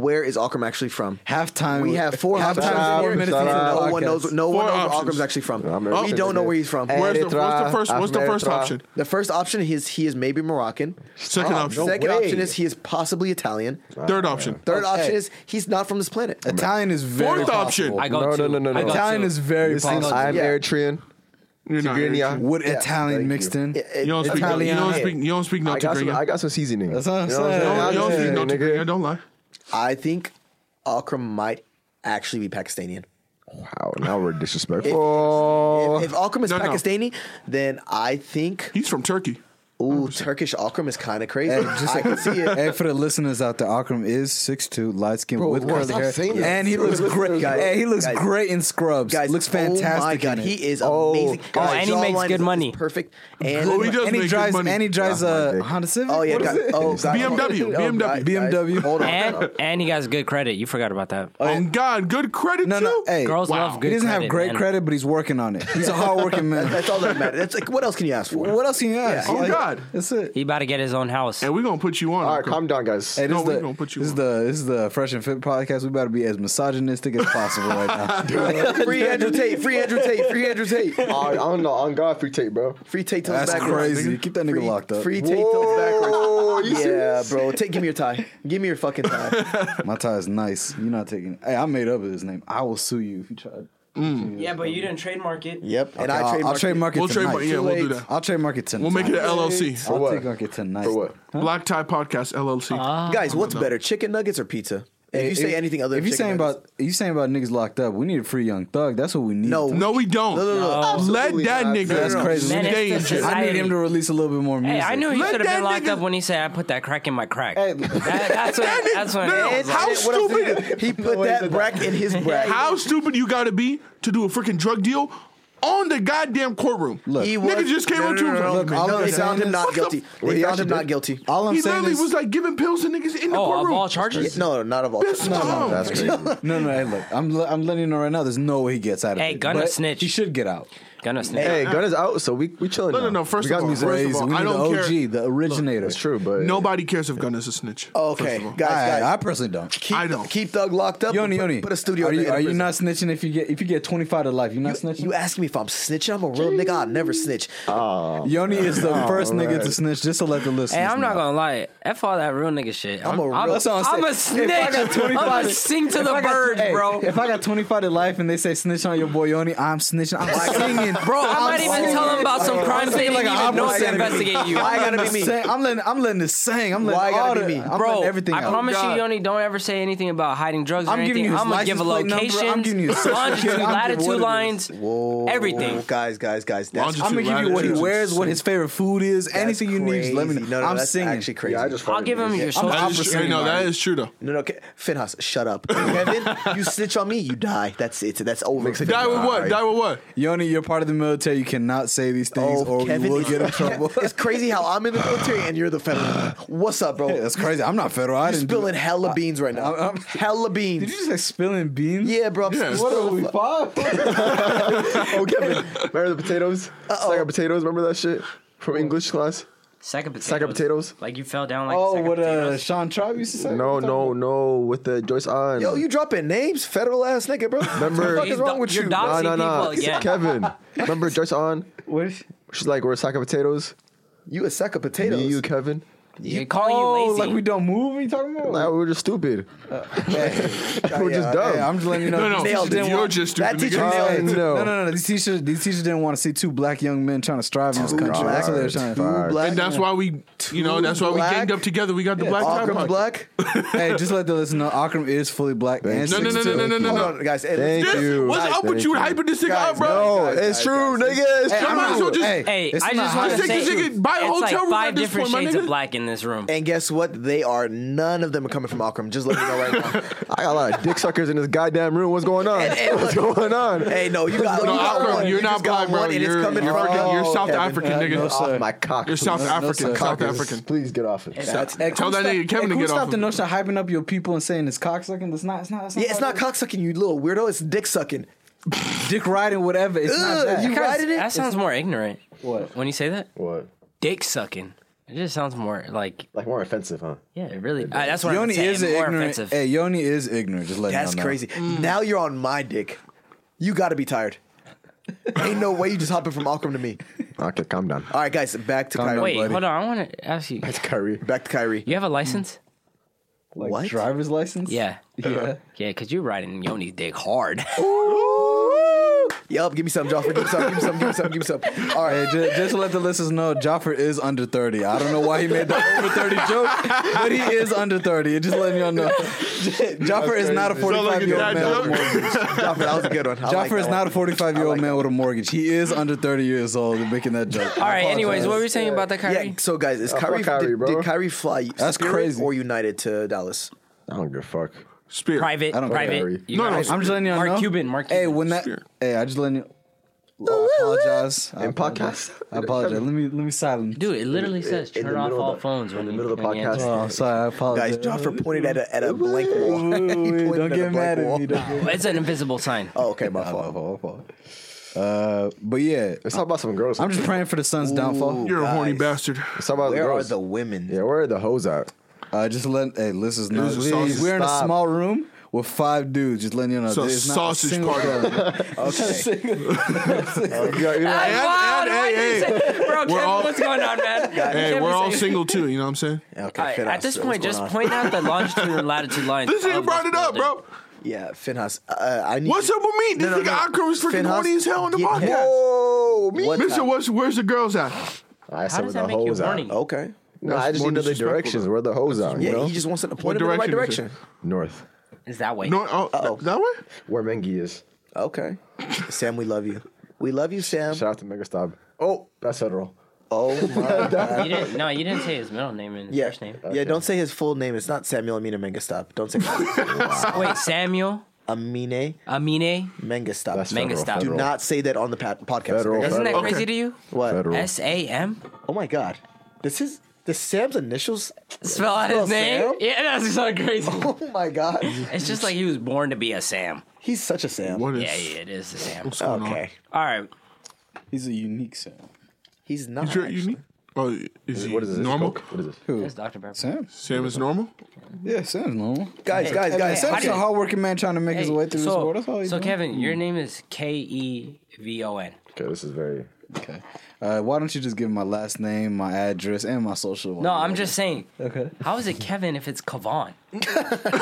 E: where is Akram actually from?
A: Halftime.
E: We have four
A: halftime.
E: halftime
A: four
E: here.
A: minutes
C: Shout
A: into the
C: out.
E: No one knows. No
B: Four
E: one knows where
B: options.
E: Akram's actually from.
C: I'm
B: Oh.
E: We don't know where he's from.
B: Where's the,
C: Eritrea,
B: what's the first? What's the first
C: Afmetra.
B: option?
E: The first option is he is maybe Moroccan.
A: Oh,
B: Second option.
E: Second
C: way.
E: option is he is possibly Italian.
B: Third option.
E: Third option
A: Hey.
E: is he's not from this planet.
A: Italian is very
B: Fourth option.
A: possible.
F: I go
C: No,
F: to.
C: no, no, no,
F: I
C: no.
F: go
A: Italian
F: to.
A: is very
C: This is
A: possible.
C: I'm
E: Yeah.
C: Eritrean.
B: You're not
C: Tigrinya.
B: Eritrean.
A: with
C: Yeah,
A: Italian
C: thank
A: mixed
C: you.
A: in.
B: You don't speak. You
A: Italian.
B: don't speak. You don't speak no
C: I got, some, I
B: Tigrinya.
C: got some seasoning.
A: That's what I'm
C: You know
A: saying.
B: You don't
C: I
B: speak no
C: got some seasoning,
B: Tigrinya.
C: nigga.
B: Don't lie.
E: I think Akram might actually be Pakistani.
C: Wow, now we're
A: Oh.
C: disrespectful.
E: If, if Akram is
B: No, no.
E: Pakistani, then I think
B: He's from Turkey.
E: ooh Turkish Akram is kind of crazy.
A: Hey, just-
E: I can see it.
A: Hey, for the listeners out there, Akram is 6'2", light skinned with
C: bro,
A: curly
C: stop
A: hair,
C: saying that.
A: and he looks great.
E: Guys,
A: hey, he looks
E: guys.
A: great in scrubs.
E: Guys,
A: looks
E: Oh my
A: fantastic.
E: god,
A: in it.
E: he is
C: Oh,
E: amazing.
C: God.
E: His
F: and he makes
E: jawline
F: good
E: is- is
F: money.
E: Perfect. And
B: Oh, he does
A: and he
B: make good
A: drives
B: money.
A: and he drives
C: Oh, my
A: a
C: dick.
A: Honda Civic.
E: Oh yeah,
A: What is
E: guys.
A: it?
E: Oh god.
B: BMW,
E: Oh,
B: BMW.
E: guys, guys,
A: BMW.
E: Hold on.
F: And and he has good credit. You forgot about that.
B: Oh God, good credit
A: No,
B: too.
A: no, hey,
F: Girls love
A: he
F: good
A: doesn't have
F: credit,
A: great
F: man.
A: credit, but he's working on it. He's a hardworking man.
E: That's all that matters. That's like what else can you ask for?
A: what else can you ask?
E: Yeah.
B: Oh, God.
A: that's it.
F: He about to get his own house.
B: And we're gonna put you on.
C: All right,
B: Uncle.
C: calm down, guys.
A: Hey, this,
B: No,
A: is
B: we
A: the,
B: gonna put you
A: this is
B: on.
A: the this is the Fresh and Fit podcast. We better be as misogynistic as possible right now.
E: Free Andrew Tate. Free Andrew Tate. Free Andrew Tate.
C: All right, I don't know. On God, free tape, bro.
E: Free Tate toes
A: That's
E: backwards.
A: crazy. Keep that nigga
E: free,
A: locked up.
E: Free Tate toes backwards.
C: Oh, you
E: Yeah,
C: serious?
E: bro. Take, give me your tie. Give me your fucking tie.
A: My tie is nice. You're not taking. Hey, I made up his name. I will sue you if you try.
F: Yeah, but you didn't trademark it.
E: yep. And
A: I'll-
E: I
A: I'll
E: trademark.
A: trademark it
B: We'll
A: tonight.
B: trademark. Yeah, we'll do that.
A: I'll trademark it tonight.
B: We'll make it an LLC.
A: I'll
C: what?
A: trademark it tonight.
C: For what?
B: Black Tie Podcast LLC.
E: Guys, what's better, chicken nuggets or pizza? And if you say anything other,
A: if
E: than
A: you
E: chicken
A: saying
E: nuggets,
A: about you saying about niggas locked up, we need a free young thug. That's what we need.
E: No.
B: no, we don't. Let
C: Absolutely
B: that
C: not.
B: nigga.
A: that's crazy.
F: Man, it's
B: Stay in
F: the
B: jail.
F: society.
A: I need him to release a little bit more
F: Hey,
A: music.
F: I knew he
B: Let
F: should have
B: that
F: been locked
B: nigga-
F: up when he said, "I put that crack in my crack."
A: Hey,
F: That- that's what. That's what.
B: No,
F: it is.
B: how stupid?
E: he put
A: way
E: that
A: that-
E: brack in his brack.
B: How stupid you gotta be to do a freaking drug deal on the goddamn courtroom?
A: Look.
E: He
B: nigga
E: was-
B: just came
E: no,
B: on
E: no, no,
B: Tuesday.
E: no,
A: Look, all
E: No,
A: I'm
E: they found
A: saying
E: him
A: is-
E: not
B: What the
E: guilty.
B: f-
C: Wait,
E: They
C: he
E: found him
C: actually
E: not
C: did?
E: guilty.
A: all I'm
B: He
A: saying
B: literally
A: is,
B: was like giving pills to niggas in the
F: Oh, of
B: courtroom.
F: all charges.
E: No, no, not of all.
B: Bitch,
E: No,
B: no.
C: That's crazy.
A: no, no. Hey, look, I'm le- I'm letting you know right now. There's no way he gets out of
F: Hey,
A: it.
F: Gunna
A: But
F: snitched.
A: He should get out.
F: Gonna snitch.
C: Hey, gun is out, so we we chilling.
B: No, no,
C: now.
B: no. First
C: we
B: of
C: got
B: all,
C: music.
B: first
A: Raise,
B: of all,
A: we need
B: I
A: the
B: don't
A: OG,
B: care.
A: the originator.
C: It's true, but
B: Nobody cares if Gunna's a snitch.
E: Okay,
B: first of all.
E: guys,
A: I,
E: guys.
A: I personally don't.
E: keep,
B: I don't.
E: keep Thug locked up.
A: Yoni,
E: and put,
A: Yoni,
E: put a studio.
A: Are you
E: in
A: are you not snitching if you get if you get 25 to life? You're not snitching.
E: You ask me if I'm snitching. I'm a real nigga. I never snitch.
A: Yoni is the first nigga
C: right.
A: to snitch. Just to let the listeners.
F: Hey, I'm not
A: know.
F: gonna lie. F all that real nigga shit. I'm,
E: a real-
F: I'm,
A: That's what I'm
F: I'm a
A: saying.
F: snitch.
A: If I got
F: I'm
A: 25
F: a sing to
A: If
F: the
A: I got-
F: bird,
A: hey,
F: bro.
A: If I got 25 to life and they say snitch on your boy Yoni, I'm snitching. I'm singing,
F: Bro, I might even tell them about some crimes they
A: singing like
F: didn't
A: an
F: even know
A: opera
F: to
A: singer.
F: investigate you.
E: Why gotta be me?
A: Sing- I'm letting I'm letting this sing. I'm letting
E: Why gotta
A: all
E: be
A: the,
E: me?
A: I'm
F: Bro,
A: letting everything
F: I
A: out.
F: promise
B: God.
F: you, Yoni, don't ever say anything about hiding drugs or
A: I'm giving
F: anything.
A: you his
F: I'm gonna
A: license
F: give a
A: plate number. I'm
F: location,
A: giving you his social
F: longitude,
A: security. I'm giving
F: latitude
A: what it
F: lines, everything.
E: guys, guys, guys. That's
B: Longitude
A: I'm gonna give you what he
B: Latitude.
A: wears, what his favorite food is,
E: that's
A: anything you need. Just let me know.
E: crazy. No, no,
A: I'm
E: that's
A: singing.
E: Actually, crazy.
C: yeah, I just
F: I'll give him your
A: I'm
F: social.
A: an
B: That
A: opera
B: is true.
A: singer,
B: Hey, no, that
A: man.
B: is true though.
E: no, no. Okay. Finhas, shut up. Kevin, you snitch on me, you die. That's it. That's over.
B: Die with what? Die with what?
A: Yoni, you're part part of the military, you cannot say these
E: Oh,
A: things, or you will
E: is-
A: get in trouble.
E: it's crazy how I'm in the military and you're the federal. What's up, bro?
A: Yeah, that's crazy. I'm not federal. I
E: You're
A: didn't do
E: spilling
A: it.
E: hella beans right now.
A: I'm- I'm-
E: hella beans.
A: Did you just say spilling beans?
E: yeah, bro. I'm
B: Yeah.
A: What are we five?
C: Oh, Kevin, remember the potatoes? Sack of potatoes. Remember that shit from English class?
F: Sack of potatoes.
C: Sack of potatoes.
F: Like you fell down like a
A: Oh,
F: sack
A: what
F: of
A: uh,
F: potatoes.
A: Sean Tribe used to say?
C: No, no, no. With the Joyce on.
E: Yo, you dropping names, federal ass nigga, bro.
C: Remember-
E: what the fuck is
F: He's
E: wrong
F: do-
E: with
F: you're
E: you?
F: doxing
C: No, no, no.
F: people again.
C: Kevin, remember Joyce on?
A: What is-
C: She's like, we're a sack of potatoes.
E: You a sack of potatoes.
C: Me, you, Kevin.
F: You're calling
A: Oh,
F: you lazy.
A: like we don't move? Are you talking about?
C: Like, we're just stupid. we're just dumb.
A: Hey, I'm just letting you know.
B: No, no,
A: these teachers didn't
B: you're
A: want-
B: just
E: that
B: stupid. nigga.
E: teacher-
A: Hey,
C: Oh,
A: no,
C: no.
A: no, no, no. These teachers, these teachers didn't want to see two black young men trying to strive in this country. That's what they're trying to
C: Fire.
E: black-
B: and that's why we, you know, that's why we
E: black-
B: ganged up together. We got the black
E: All
B: tie
E: girls
B: pocket.
E: black.
A: Hey, just let the listener know, Akram is fully black. And
B: No, no, no, no, no, no, no,
E: Hold
B: no.
E: on, guys. Hey,
C: Thank
E: listen.
B: This-
C: you.
B: What's
C: Nice,
B: up with
C: thank
B: you
C: you.
B: hyping this nigga
E: Guys,
B: up, bro?
C: No,
E: Guys,
C: Oh, it's
E: guys,
C: true,
E: guys.
C: nigga. It's
A: Hey,
C: true.
A: I'm
B: might as
A: not-
B: well just-
A: hey,
F: Hey,
A: it's
F: I
A: not
F: just
A: hot
F: want to
A: take
F: say
A: this
B: nigga, buy a
F: it's
B: hotel
F: like
B: room at
F: five
B: this
F: different
B: point, my
F: shades
B: nigga.
F: of black in this room.
E: And guess what? They are none of them are coming from Akram. Just let me know right now.
C: I got a lot of dick suckers in this goddamn room. What's going on?
E: hey,
C: What's going on?
E: Hey, no, Oh, you got,
B: No,
E: you got
B: Akram,
E: one.
B: you're
E: You
B: not
E: just got
B: black, bro.
E: one, and it's
B: You're-
E: coming
B: you're
E: from
B: fucking- you're South
E: Kevin.
B: African,
A: Uh,
B: nigga.
A: no,
C: Off
A: sir.
C: my cock.
B: You're
C: please.
B: South
A: No, no,
B: African.
A: sir.
B: South
C: Cockers,
B: African.
C: Please get off it.
E: That's,
A: Hey,
B: Tell
A: who
B: that
A: stop- hey,
B: nigga Kevin to
A: who
B: get off
A: stopped the
B: of it.
A: notion of hyping up your people and saying it's cocksucking? That's not. It's not. It's not
E: yeah, it's not
A: cock.
E: cocksucking, you little weirdo. It's dick sucking.
A: Dick riding, whatever. It's not
E: Ugh,
A: that.
E: you
F: Guys,
E: riding it?
F: That sounds more ignorant.
A: What?
F: When you say that,
C: What?
F: dick sucking. It just sounds more like
C: Like more offensive, huh?
F: yeah, it really. Uh, that's what I'm
A: Yoni
F: saying.
A: is
F: more
A: ignorant.
F: offensive.
A: Hey, Yoni is ignorant. Just let
E: That's
A: y'all know.
E: crazy. Now you're on my dick. You got to be tired. Ain't no way you just hopping from Akram to me.
C: Okay, calm down.
E: All right, guys, back to
A: Calm down,
E: Kyrie.
F: Wait,
A: buddy.
F: hold on. I want to ask you.
C: It's Curry.
E: Back to Kyrie.
F: You have a license?
A: Like
E: What?
A: driver's license?
F: Yeah,
A: Yeah.
F: yeah. Cause you're riding Yoni's dick hard.
E: Yup, give me some, Joffrey. Give me some, give me some, give me some, give me some. All
A: Hey,
E: right.
A: just, just to let the listeners know, Joffer is under 30. I don't know why he made the over 30 joke, but he is under 30. Just letting y'all know. Joffer is not a
C: Sound
B: like a
A: 45 year
B: dad
A: old man with a
B: joke.
A: mortgage.
E: Joffrey, that was a good one. I like
A: Joffer is
E: that
A: not
E: one.
A: a 45 year old man with a mortgage. He is under 30 years old and making that joke.
F: All right. Anyways, what were you saying about that, Kyrie?
E: Yeah, so guys, is
C: Uh, fuck
E: Kyrie,
C: Kyrie,
E: did,
C: bro.
E: did Kyrie fly
A: That's
E: Spirit
A: crazy.
E: or United to Dallas?
C: I don't give a fuck.
B: Spirit.
F: Private,
A: I don't
C: care.
F: private. You
B: No,
F: guys-
B: no,
A: I'm just letting y'all
F: Mark
A: know.
F: Cuban, Mark
A: Hey,
F: Cuban.
A: when that.
B: Spirit.
A: Hey, I just letting you. I apologize. I
C: In
A: apologize.
C: podcast?
A: I apologize. Let me let me silence.
F: dude, it literally says
C: in the
F: turn off
C: middle of
F: all
C: the-
F: phones
C: in
F: when
C: the
F: you-
C: middle of the
F: when you answer.
C: podcast.
A: Oh, I'm sorry. I apologize.
E: Guys, Joffrey pointed at a, at a blank wall. He
A: Ooh,
E: pointed
A: don't
E: at a
A: get
E: blank
A: mad
E: wall.
A: at me. Don't get
F: It's an invisible sign.
E: Oh, okay, my fault.
A: My fault, my fault. Uh, but yeah,
C: Let's talk about some girls.
A: I'm just praying for the Suns' downfall.
B: You're a horny
E: Guys.
B: bastard.
C: Let's talk about the
E: Where are
C: girls.
E: the women?
C: yeah, where are the hoes at?
A: Uh, just let hey, listen. No,
B: This is a sausage-
A: we're in a
C: Stop.
A: small room with five dudes. Just letting you know,
B: So
A: there's not a
B: sausage
A: single
B: party.
A: girl.
E: Okay.
C: You got- you know-
B: And-
F: Wow,
B: and-
F: why
B: hey,
F: did you
B: hey.
F: say that? Bro, Kevin,
B: all-
F: what's going on, man?
B: Hey,
F: Kevin,
B: we're all
F: say-
B: single too, you know what I'm saying?
E: okay
F: All right,
E: Finhas,
F: at this
E: what's
F: point,
E: going
F: just
E: on?
F: point out the longitude and latitude lines.
B: This
F: of
B: nigga brought
F: this
B: it up,
F: building.
B: bro.
E: Yeah, Finhas. Uh, I need.
B: What's
E: you-
B: up with me? This
E: No, no,
B: nigga
E: no.
B: Akram is freaking
E: Finhas,
B: horny as hell on the
E: get
B: podcast.
C: Whoa, me.
E: What
B: Mister,
E: time-
B: what's, where's the girls at?
C: I
F: How
C: said
F: does
C: where the
F: that make you
C: hoes at.
F: horny?
E: Okay.
C: No, I just
B: more
C: need to know the
B: disrespectful,
C: directions.
B: though.
C: Where the hoes at?
E: Yeah,
C: You know?
E: he just wants to
B: What
E: point him in the right
B: direction
E: direction.
B: is
C: North,
F: Is that way?
B: No, oh, th-
E: Uh-oh.
B: that way?
C: where Mengi is.
E: Okay. Sam, we love you. We love you, Sam.
C: Shout out to Megastab. Oh, that's federal.
E: Oh my God.
F: You didn't, no, you didn't say his middle name and his
E: Yeah.
F: first name.
E: Yeah. Don't say his full name. It's not Samuel Amina Mengistop. Don't say that.
F: Wait, Samuel
E: Amine
F: Amine.
C: That's
E: Mengistop.
F: Mengi
C: federal.
F: Stab.
E: Do
C: federal.
E: not say that on the pat- podcast.
C: Federal.
F: Isn't that
C: Okay.
F: crazy to you?
E: What?
C: Federal.
F: S A M.
E: Oh my God. This is the Sam's initials.
F: Spell out his
E: Spell
F: name.
E: Sam?
F: Yeah, that's so crazy.
E: Oh my God.
F: It's just like he was born to be a Sam.
E: He's such a Sam.
B: What is
F: Yeah, yeah, it is a Sam.
B: what's going
E: Okay.
F: All right.
A: He's a unique Sam.
E: He's
B: on?
E: not.
B: Sure, you need? Oh, is he
C: What is this?
B: normal?
C: Coke? What is this?
F: It's Dr. Pepper.
A: Sam?
B: Sam is normal?
A: Yeah, Sam's normal.
E: Guys, guys, guys.
A: Sam's
F: do
A: a
F: you-
A: hardworking man trying to make his
F: Hey,
A: way through this world. That's all
F: so,
A: he's
F: so
A: doing.
F: Kevin, your name is K E V O N.
C: Okay, this is very.
A: Okay. Uh, why don't you just give my last name, my address, and my social?
F: No, I'm just saying.
A: Okay.
F: How is it Kevin if it's Kavan?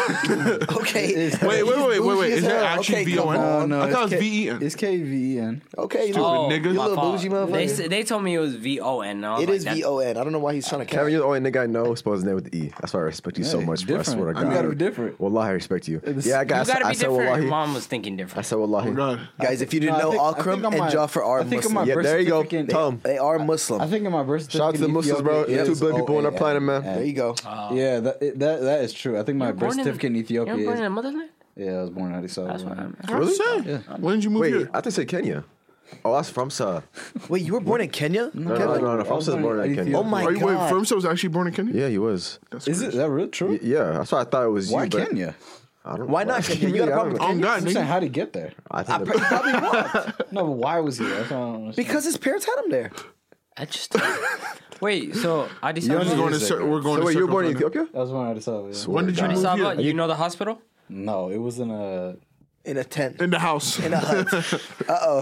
E: Okay.
B: Wait, wait, wait, wait, wait.
E: Bougie as
B: Is that
E: hell.
B: actually
E: Okay,
B: V O
E: come
A: Oh
B: N?
A: no,
B: I
A: it's
B: thought it
A: K-
B: was V E N.
A: It's K V E N.
E: Okay.
F: Oh,
B: nigga.
F: my
B: You
E: little
F: fault.
E: bougie motherfucker.
F: They, s- they told me it was V O N.
E: It is V O N. I don't know why he's trying to
C: Kevin,
E: carry.
C: you're the only nigga I know who spells his name with E. That's why I respect you so
A: Hey,
C: much, bro. I
A: different.
C: swear to
A: You
C: God.
A: gotta be different.
C: Wallahi, I respect you. Yeah, I,
F: You
C: got,
F: gotta
C: I,
F: be
C: said
F: different. Your
C: Wallahi.
F: mom was thinking
C: I
F: different.
C: said Wallahi.
B: Oh, God.
E: Guys, if you didn't
A: No, I
E: know,
A: think- I
E: Akram
A: think on
E: and
A: my-
E: Jafar are
A: I think on my
E: Muslim.
C: yeah,
A: birth
C: there you go.
A: certificate-
C: Tell him.
E: They are
A: I
E: Muslim.
A: think in my birth certificate.
C: Shout out to the Muslims, bro.
A: Ethiopia
C: Two
A: is
C: billion people on our
A: OAN.
C: planet, man.
E: There you go.
A: Yeah, that, it, that that is true. I think my birth
F: Um, Born in-
A: certificate in, Ethiopia.
F: You're born
A: is-
F: in a motherland?
A: yeah, I was born out of Saudi.
F: That's what
A: Arabia.
F: I'm.
B: Really? When did you move
C: Wait,
B: here?
C: I thought you said Kenya. Oh, that's FromSa.
E: Wait, you were born in Kenya?
C: No, no, no, no. FromSa is born in Kenya.
E: Oh my
B: Are you, wait,
E: god.
B: Firmso was actually born in Kenya?
C: Yeah, he was.
B: That's
A: Is it
B: crazy.
A: that real true?
C: Y- Yeah, that's why I thought it was
A: Why
C: you. but
A: Kenya?
C: I don't know
E: Why not Kenya? You got a
C: I
E: problem
C: don't
E: with
C: know.
B: Oh
E: Kenya?
B: God,
A: I'm saying
B: nigga.
A: how did he get there?
C: I
E: I
C: think
E: pr-
C: that-
E: probably walked.
A: No, but why was he there? That's what I don't understand.
E: Because his parents had him there.
F: I just wait. So I
A: You're
F: decided.
B: We're
A: just
B: going
A: Wait
B: to
A: a
B: cir-
A: second.
B: we're going
C: So
B: to
C: wait, you were
B: circles
C: born in
B: right now.
C: Ethiopia?
A: That's when I decided. Yeah.
C: Swear
B: When
C: to
B: did you
C: God.
B: move
F: Saba,
B: here?
F: you know the hospital?
A: No, it was in a
E: In a tent.
B: In the house.
E: In a hut.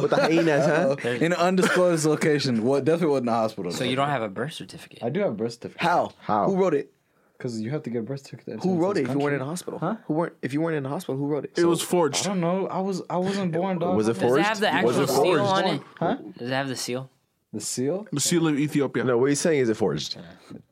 C: With the hyenas, huh?
A: in an undisclosed location. What definitely wasn't a hospital.
F: So you don't have a birth certificate.
A: I do have a birth certificate.
E: How?
C: How?
E: Who wrote it?
A: Because you have to get a birth certificate.
E: Who wrote it if you weren't in a
A: hospital?
E: hospital? Huh? Who weren't if you weren't in the hospital, who wrote it?
B: It was
A: I
B: forged.
A: don't know. I was I wasn't born. Dog.
C: Was it
F: Does it
C: forged?
F: have the
C: Was
F: actual
C: it
F: seal
C: forged?
F: on it?
A: Huh?
F: Does it have the seal?
A: The seal?
B: The seal of Ethiopia.
C: No, what he's saying is it forged?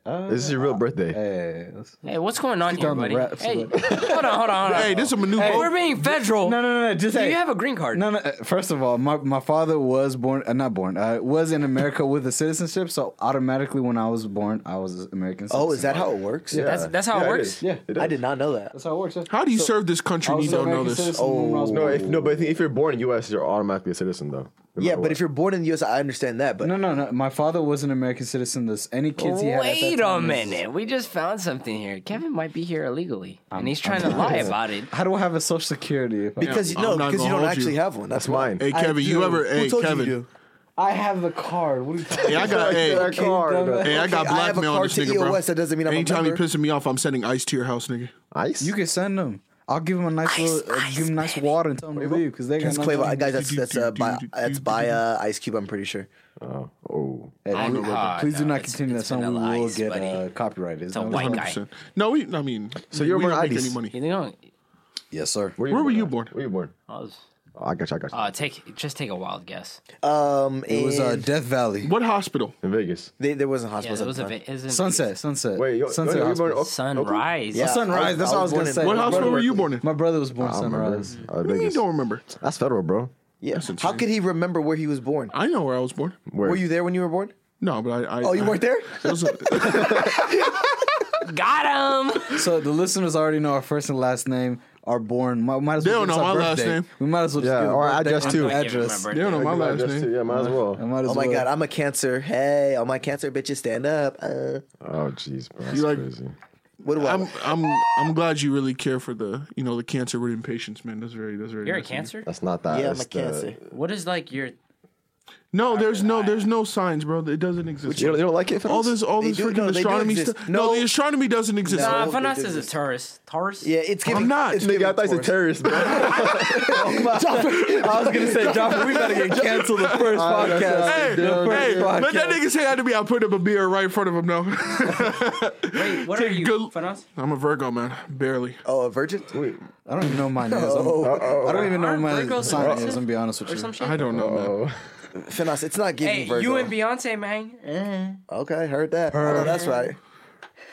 A: Uh,
C: This is your real birthday.
A: Hey, that's-
F: Hey, what's going on here,
A: on the
F: buddy?
A: wraps,
F: hey, hold on,
A: but-
F: hold on, hold on.
B: Hey, this is a new
F: We're
B: boat.
F: being federal.
A: no, no, no, no. Just
F: Do
A: hey,
F: you have a green card?
A: No, no. uh, First of all, my, my father was born, uh, not born, uh, was in America with a citizenship. So automatically, when I was born, I was an American. Citizen.
E: Oh, is that how it works?
C: Yeah.
F: That's- that's how it
C: Yeah,
F: works?
C: is.
A: Yeah.
C: It
E: I
C: is.
E: did not know that.
A: That's how it works. yeah.
B: How do you serve this country
A: I
B: and
A: was
B: you
A: an
B: don't know
A: American
B: this?
A: citizen when I
E: Oh,
A: was
C: No,
A: born.
C: if, no, but I think if you're born in U.S., you're automatically a citizen, though. no
E: Yeah,
C: matter
E: but
C: what.
E: if you're born in the US, I understand that, but
A: no, no, no. My father was an American citizen. This any kids he had. at that
F: Wait a
A: time was-
F: minute. We just found something here. Kevin might be here illegally, and he's trying to lie about it.
A: How do I have a social security? If I-
E: because
B: Yeah,
E: you no,
B: I'm not
E: because
B: gonna
E: you don't
B: hold
E: actually
B: you.
E: have one. That's
C: That's mine.
B: Hey,
E: why.
B: Kevin,
E: I
B: you
E: do.
B: ever?
E: Who
B: Hey,
E: told you
B: Kevin.
E: you do?
A: I have the card. What are you talking
B: Hey, I got.
C: That
B: hey,
C: card,
A: dumb-
C: bro.
B: hey, I got
E: Okay, I have a
B: blackmail on
E: card
B: this
E: to
B: nigga, bro.
E: EOS, that doesn't mean I'm a
B: Anytime
E: member.
B: you pissing me off, I'm sending ice to your house, nigga.
C: Ice?
A: You can send them. I'll give them a nice little, uh, give them nice water and tell them to leave because they got
E: That's
A: nothing.
E: Quavo. Guys, that's that's uh, by that's by uh, Ice Cube. I'm pretty sure.
C: oh.
A: Hey,
F: I
A: we-
F: know about
A: please
F: that.
A: do not
F: It's-
A: continue
F: it's
A: that song. We
F: vanilla
A: will
F: ice,
A: get
F: buddy.
A: uh, copyrighted. It's
F: a
A: not-
F: white guy.
B: 100%. No, we. I mean, so
C: you're
B: we don't
C: wearing
B: make any
C: IDs.
B: money.
F: You know,
A: Yes, sir.
B: Where were you born?
C: Where you born?
F: I was-
C: Oh, I got you. I got you.
F: uh, take just take a wild guess.
E: Um,
A: It was uh,
E: and
A: Death Valley.
B: What hospital?
C: in Vegas.
E: they, there wasn't
F: Yeah,
E: hospitals.
F: it was
E: at
F: a
E: the time.
F: va- isn't
A: Sunset, sunset.
C: Wait, yo,
A: sunset.
C: no, you were born in
A: Hospital.
C: Oak-
F: sunrise.
E: Yeah.
A: sunrise. That's
E: I
A: what I was
E: was born
A: gonna
E: in-
A: say.
E: What
B: What
A: My
B: hospital
A: brother-
B: were you born in?
A: My brother was born
C: I don't remember.
A: Sunrise.
C: Uh,
B: What do you mean
C: Vegas.
B: don't remember?
C: That's federal, bro.
E: Yeah. How could he remember where he was born?
B: I know where I was born.
C: Where?
E: Were you there when you were born?
B: No, but I. I
E: Oh, you
B: I-
E: weren't there?
B: It was a-
F: Got him.
A: So the listeners already know our first and last name are born. Might, might as well
B: They
A: give us
B: don't know
A: our
B: my last
A: birthday.
B: name.
A: We might as well just
C: Yeah,
A: give
C: or
A: our birthday
C: address
A: and
C: too.
A: the Address.
B: They don't know my
C: Yeah,
B: last
C: just too.
B: name.
C: Yeah, might as
A: I
C: well.
A: might as
E: Oh my
A: well.
E: God, I'm a cancer. Hey, all my cancer bitches, stand up. Uh,
C: Oh, jeez, bro. That's
B: You like-
C: crazy.
E: what do I?
B: I'm I'm I'm glad you really care for the you know the cancer ridden patients, man. That's very that's very.
F: You're a
B: nice of you.
F: cancer.
C: That's not that.
E: yeah, I'm
C: it's
E: a
C: the-
E: cancer.
F: What is like your?
B: No, there's no there's no signs, bro. It doesn't exist.
C: You don't, you don't like it? Felix?
B: all this all
E: They
B: this
E: do-
B: freaking
E: no, they do
B: astronomy
E: exist.
B: stuff. No,
E: No.
B: the astronomy doesn't exist.
E: No.
F: Nah,
E: they
F: Fanas
E: do
F: Uh, is a
E: exist.
F: Taurus. Taurus.
E: Yeah, it's giving.
B: I'm not.
E: It's
C: Nigga, I thought you said
E: Taurus.
C: terrorist, bro.
A: I was gonna say, Joffrey, we gotta get canceled the first
C: that's
A: podcast.
B: Hey,
A: The first
B: hey, let that
A: podcast.
B: nigga say that to me. I'll put up a beer right in front of him now.
F: Wait, what are you?
B: good-
F: Fanas.
B: I'm a Virgo, man. Barely.
E: Oh, a virgin.
A: I don't even know my name. I don't even know what
F: Aren't
A: my
F: Virgos
A: sign
F: citizens?
A: is. I'm gonna be honest with
F: Or some
A: you.
F: shit.
B: I don't know,
E: Oh.
B: man.
E: Finas, it's not giving
F: Hey,
E: Virgo.
F: you and Beyonce, man. Eh.
E: okay, heard that. Oh, no, that's right.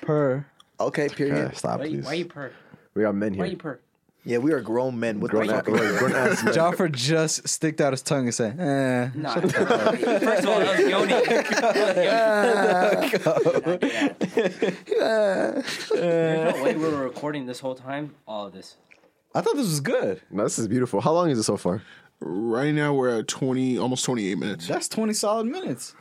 A: Per.
E: Okay, period.
C: Yeah, stop,
F: Why, you-
C: please.
F: why you purr?
C: We got men
F: Why you
C: here.
F: purr?
E: Yeah, we are grown men. What
C: Grown
E: the
C: ass
E: fuck?
C: grown ass men.
A: Joffrey just sticked out his tongue and said, eh.
F: Nah. First of all, that was Yoni. There's no way we were recording this whole time. All of this.
A: I thought this was good.
C: No, this is beautiful. How long is it so far?
B: Right now we're at 20, almost 28 minutes.
E: Oh.
A: That's 20 solid minutes.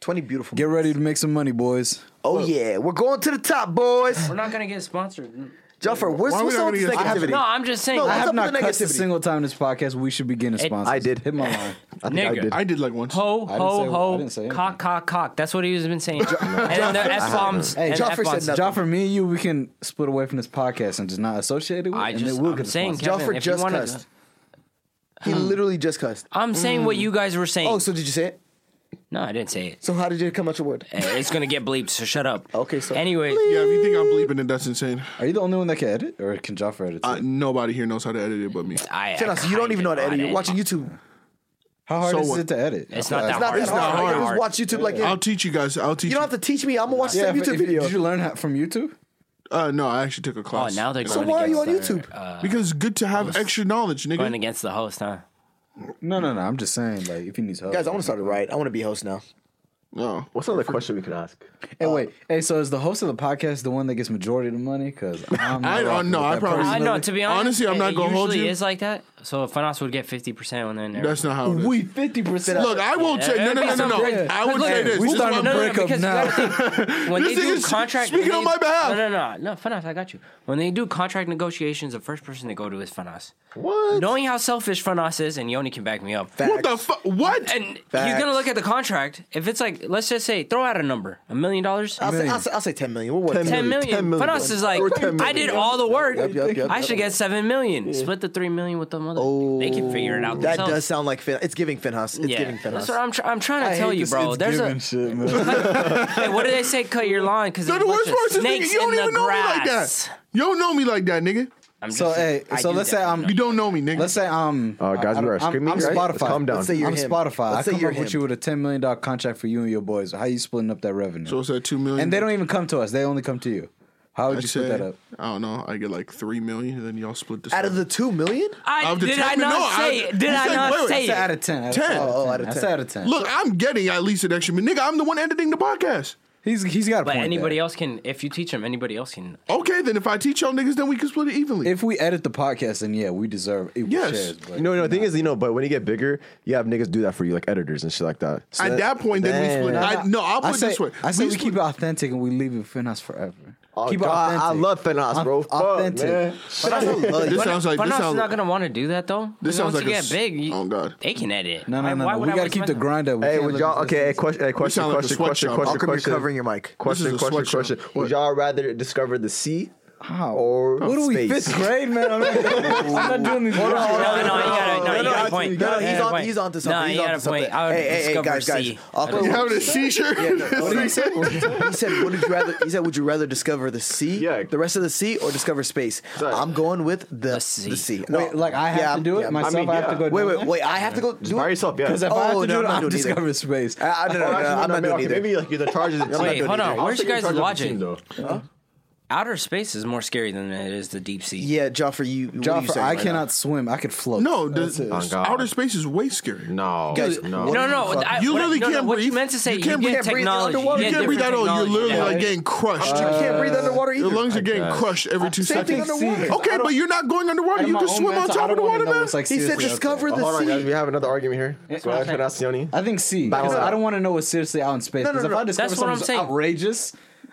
E: Twenty beautiful.
A: Get ready to make some money, boys.
E: Oh yeah, we're going to the top, boys.
F: We're not gonna get sponsored.
E: Juffer, where's
B: Why are we
E: what's
B: not
E: all
B: gonna
E: this
B: get- I have-
E: negativity?
F: No, I'm just saying.
E: No,
A: I
E: What's
A: have
E: up with
A: not
E: the
A: cussed a
E: negativity?
A: single time in this podcast. We should be getting sponsors.
C: I did.
A: Hit my line.
C: I think I
F: Nigga.
C: did.
B: I did like once.
F: Ho,
A: I didn't say-
F: ho,
A: I
F: ho.
A: didn't say anything.
F: Cock, cock, cock. That's what he's been saying. and then the F bombs.
A: Hey,
F: and
E: Joffrey said
F: F-bombs.
E: nothing.
A: John, for me and you, we can split away from this podcast and just not associate it with
F: I
A: and
F: just,
A: then we'll
F: I'm
A: get a
F: saying,
A: sponsor.
F: Kevin,
E: Juffer
F: if you
E: just
F: want
E: cussed.
F: to,
E: He literally just cussed.
F: I'm saying what you guys were saying.
E: Oh, so did you say it?
F: no, I didn't say it.
E: So how did you come out your word?
F: Eh, It's gonna get bleeped. So shut up.
E: Okay, so-
F: anyway,
B: Yeah, if you think I'm bleeping it, that's insane.
A: Are you the only one that can edit? Or can Joffrey edit?
B: Uh,
A: too?
B: nobody here knows how to edit it but me.
F: I, I
E: Finas, you don't
F: kinda
E: even know how to
F: got
E: edit. You're
F: it.
E: watching YouTube.
A: How hard
B: so
A: is
B: what?
A: it to edit?
F: It's not that hard.
E: Not that
F: It's
E: hard.
F: not
E: I can
F: hard.
E: just watch YouTube like
B: I'll
E: you
B: teach you guys. I'll teach you.
E: don't have to teach me. I'm gonna watch the
A: Yeah,
E: same
A: if-
E: YouTube
A: if-
E: video.
A: Did you learn how, from YouTube?
B: uh, no, I actually took a
F: Oh,
B: class.
F: now they're going
E: So why are you on
F: against
E: YouTube?
F: our, uh,
B: because it's good to have extra knowledge, nigga.
F: going against the host, huh?
A: No, no, no. I'm just saying, like, if he needs help.
E: Guys, uh, I want to start it right. I want to be host now.
B: No.
C: What's another question we could ask?
A: Hey, wait. Hey, so is the host of the podcast the one that gets majority of the money? Because I'm. not
B: I don't
A: rocking
B: know.
A: with
B: I
A: that
B: probably-
A: person.
F: I know. To be honest,
B: Honestly, I'm
F: it-
B: not
F: it
B: gonna hold
F: usually
B: you.
F: is like that. So Fanas would get fifty percent, and then
B: That's not how it is.
A: We fifty percent.
B: Look, I won't say no, no, no, no, no. I would say this.
A: we
B: This is
A: starting
B: my-
A: to break up
F: because you
A: now.
F: gotta think, when
B: This
F: they do
B: nigga's
F: contract,
B: speaking
F: when
B: on
F: they-
B: my behalf.
F: No, no, no, no, Fanas, I got you. When they do contract negotiations, the first person they go to is Fanas.
C: What?
F: Knowing how selfish Fanas is, and Yoni can back me up.
B: What the fuck? What?
F: And he's gonna look at the contract. If it's like, let's just say, throw out a number, a million dollars,
E: I'll say, I'll, say, I'll say 10 million. We're what?
C: 10
F: ten million.
C: $10 million.
F: Fanas is like,
C: Or $10
F: I did
C: million.
F: all the work.
E: Yep, yep, yep,
F: I
E: yep.
F: should get seven million. Split the three million with the mother. they can figure it out
E: That
F: themselves.
E: does sound like Fin. It's giving Finhouse. It's
F: yeah,
E: giving
F: that's
E: Finhouse.
F: what I'm, tr- I'm trying to tell you, bro. There's a
A: shit, man.
F: Hey, what do they say? Cut your lawn because
B: You're
F: there's
B: the
F: a bunch
B: worst person,
F: of
B: nigga.
F: snakes
B: You don't
F: in the
B: even know me like
F: grass.
B: that. You don't know me like that, nigga.
F: I'm
A: So
F: just-
A: hey,
F: I
A: so
F: do
A: let's say
F: definitely
A: I'm-
F: know.
B: You don't know me, nigga.
A: Let's say um,
C: Uh, guys,
A: I-
C: we are
A: I'm-
C: screaming,
A: I'm
C: right?
A: Spotify.
C: Let's calm down. Let's say
E: you're
A: I'm
E: him.
A: Spotify.
E: Let's
A: I
E: say
A: come
E: you're
A: up with
E: him.
A: you with a ten million dollar contract for you and your boys. How you splitting up that revenue?
B: so it's at two million.
A: and they don't even come to us. They only come to you. How would
B: I
A: you split
B: said-
A: that up?
B: I don't know. I get like three million, and then y'all split this
E: Out of the 2 million?
F: I,
B: Of the
F: did
B: ten
F: I
B: mi-
F: not
B: no, I-
F: say it? Did
B: you
F: I
B: said-
F: not
B: wait, wait,
F: say
B: I
A: I
F: it?
A: said out of ten. Out of
B: 10.
E: Oh, out of
A: I said
E: 10.
A: out of ten.
B: Look, I'm getting at least an extra minute. Nigga, I'm the one editing the podcast.
A: he's he's got a
F: But
A: point.
F: anybody
A: there.
F: else can. If you teach them, anybody else can.
B: Okay, then if I teach y'all niggas, then we can split it evenly.
A: If we edit the podcast, then yeah, we deserve equal
B: Yes.
A: shares. But
C: No, no. The thing is, you know, but when you get bigger, you have niggas do that for you, like editors and shit like that. So
B: at that point, then we split. I, no, I'll put
A: I
B: it
A: say,
B: this way.
A: I say we,
B: split-
A: keep it authentic and we leave it Finas forever.
C: Oh,
A: keep
C: God,
A: it
C: I love Finas, bro. Fuck, man.
B: This sounds like
F: But
B: this
F: not
B: sounds.
F: not gonna want to do that though.
B: This sounds
F: Once
B: like
F: you
B: a
F: get
B: s-
F: big, you,
B: oh, God.
F: They can edit.
A: No, no,
F: Why-
A: no.
F: why
A: no.
F: would
A: We
F: I
A: got to
F: waste
A: keep
F: my
A: the
F: time?
A: grind up. We
C: Hey,
A: can't
C: would
A: let
C: y'all?
A: this-
C: Okay, hey, question, hey, question,
B: sound like a
C: question, question,
B: sweatshop.
C: question,
B: Malcolm,
E: you're
C: question.
E: covering your mic. This
B: is
C: Question,
B: a
C: question,
B: sweatshop.
C: question.
B: What?
C: Would y'all rather discover the sea
A: How?
C: or
A: what are we,
C: space?
A: fifth grade, man? I'm not, I'm not doing these. Hold
F: No, no,
E: on,
F: no, you got a- no, you got a point.
E: No, no,
F: You
E: he's
F: got a
E: on.
F: point.
E: He's on to
F: No,
E: something.
F: you
E: he's
F: got
E: on
F: a
E: to something.
F: point. I would
E: hey, hey, hey,
F: discover
E: guys, guys.
F: C.
E: Awkward-
B: You having a seizure?
E: What did he say? he said, "Would you rather?" He said, "Would you rather discover the sea,
C: Yeah.
E: the rest of the sea, or discover space?" I'm going with the, the sea.
F: sea.
A: Wait, like I have
E: yeah,
A: to do it
E: yeah.
A: myself. I,
C: mean,
A: have to
C: yeah.
A: go.
E: Wait,
A: do
E: wait, wait! I have to go do
C: By
E: it.
C: yourself, yeah.
A: Because if I have
E: Oh,
A: to do
E: no,
A: it,
E: I'm not
A: I'm
E: doing either.
A: discovering space.
E: I, I, no, no, no,
C: Or actually,
E: I'm not
C: maybe-
E: doing
C: okay,
E: either.
C: Maybe like you're the charges.
F: Wait, hold on. Where's your guys' logic?
C: though?
F: Outer space is more scary than it is the deep sea.
E: Yeah, Joffrey, you. what are you
A: Joffrey,
E: saying
A: I
E: right
A: cannot swim. I could float.
B: no,
A: That's
B: the,
A: it.
C: Oh, God.
B: outer space is way scarier.
C: No,
E: Guys,
C: no.
E: what-
F: No, no,
E: Fuck.
F: I,
B: You
F: what,
B: literally
F: no, no,
B: can't
F: What you
B: breathe.
F: meant to say?
B: You
F: You,
B: can't
F: get
B: breathe.
E: Breathe
F: technology.
E: underwater.
B: You
F: get
B: can't breathe
F: different
B: out. You're
F: technology.
B: literally
F: Yeah.
B: like getting crushed.
E: now? You can't breathe underwater either.
B: Your lungs are getting
C: guess.
B: crushed every two
E: Same thing
B: seconds.
E: underwater.
B: Okay, but you're not going underwater. You can swim on top of the water, man.
E: He said, "Discover
C: Oh,
E: the
C: hold on, guys.
E: sea."
C: We have another argument here. Go ahead, Fenacioni.
A: I think C.
C: Battle
A: Because
C: it out.
A: I don't want to know what's seriously out in space.
E: No, no,
A: Because if
E: no,
A: I discover
F: that's what I'm
A: something
F: saying.
A: outrageous,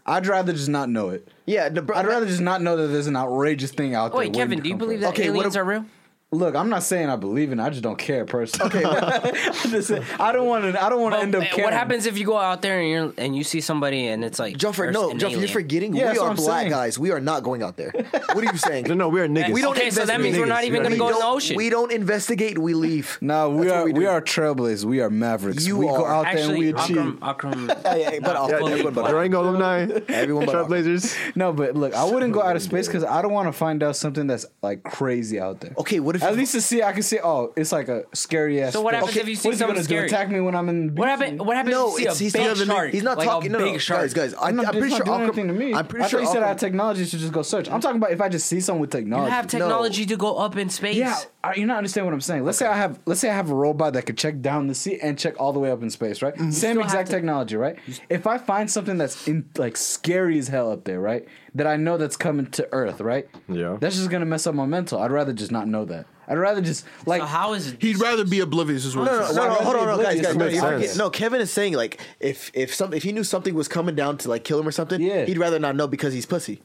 A: I'd rather just not know it.
E: Yeah, no, bro,
A: I'd rather just not know that there's an outrageous thing out there.
F: Wait,
A: waiting
F: Kevin,
A: to
F: do you
A: come for
F: believe
A: us.
F: that
E: Okay, what
F: aliens
E: ab-
F: are real?
A: Look, I'm not saying I believe in. it. I just don't care personally. Okay, I just say, I don't want to. I don't want to
F: Well,
A: end up.
F: man,
A: Caring.
F: eh, What happens if you go out there and you're and you see somebody and it's like
E: Joffrey,
F: there's
E: no,
F: an
E: Joffrey, you're
F: alien?
E: forgetting
A: Yeah,
E: we
A: that's
E: are
A: what I'm
E: black
A: saying.
E: guys. We are not going out there. What are you saying?
C: No, no, we are niggas.
E: We don't
F: Okay, so that
E: investigate.
F: means we're not even
E: We
F: gonna go in the
E: don't-
F: ocean.
E: We don't investigate. We leave.
A: No, we
E: That's what
A: are we,
E: do.
A: are trailblazers. We are mavericks.
E: You
A: we go
E: are.
A: out there and we
F: Actually,
A: achieve.
F: Akram, Akram,
E: yeah, yeah, but I'll
F: not
E: fully
F: fully
E: everyone but
F: black.
C: Durango alumni.
E: Everyone but Aqua.
C: Trailblazers.
A: No, but look, I wouldn't go out of space because I don't want to find out something that's like crazy out there.
E: Okay, what if
A: at
E: you-
A: least to see I can see. Oh, it's like a scary ass.
F: So what
A: fish.
F: happens if you see
A: what is he
F: something
A: gonna
F: scary?
A: Do, attack me when I'm in. The beach?
F: what happened? What happened?
E: No,
F: if you
E: it's,
F: see
E: he's
F: a
E: not.
F: big shark.
E: He's not
F: like
E: talking.
F: A
E: no,
F: big
E: no,
F: shark.
E: guys, guys. I,
A: I'm,
E: I'm,
A: not,
E: pretty
A: it's not
E: sure.
A: doing
E: Aqua-
A: anything to me.
E: I'm pretty
A: I
E: sure.
A: thought you said
E: Aqua-
A: our technology should just go search. I'm talking about if I just see something with
F: You
A: technology.
F: have technology to go up in space.
A: Yeah, I, you not understand what I'm saying. Let's say I have let's say I have a robot that could check down the sea and check all the way up in space, right?
E: Mm-hmm.
A: Same
F: still have
A: exact
F: to-
A: technology, right? If I find something that's in like scary as hell up there, right? That I know that's coming to Earth, right?
C: Yeah.
A: That's just gonna mess up my mental. I'd rather just not know that. I'd rather just like
F: So how is it?
B: He'd rather be oblivious. Is what he
E: No,
B: says.
E: no, no,
A: Why
E: hold on,
A: would
E: no,
A: they
E: guys,
A: do
E: guys,
A: this?
E: no,
C: Makes
E: you're
C: sense.
E: forgetting- no. Kevin is saying like if if some if he knew something was coming down to like kill him or something,
A: Yeah.
E: he'd rather not know because he's pussy.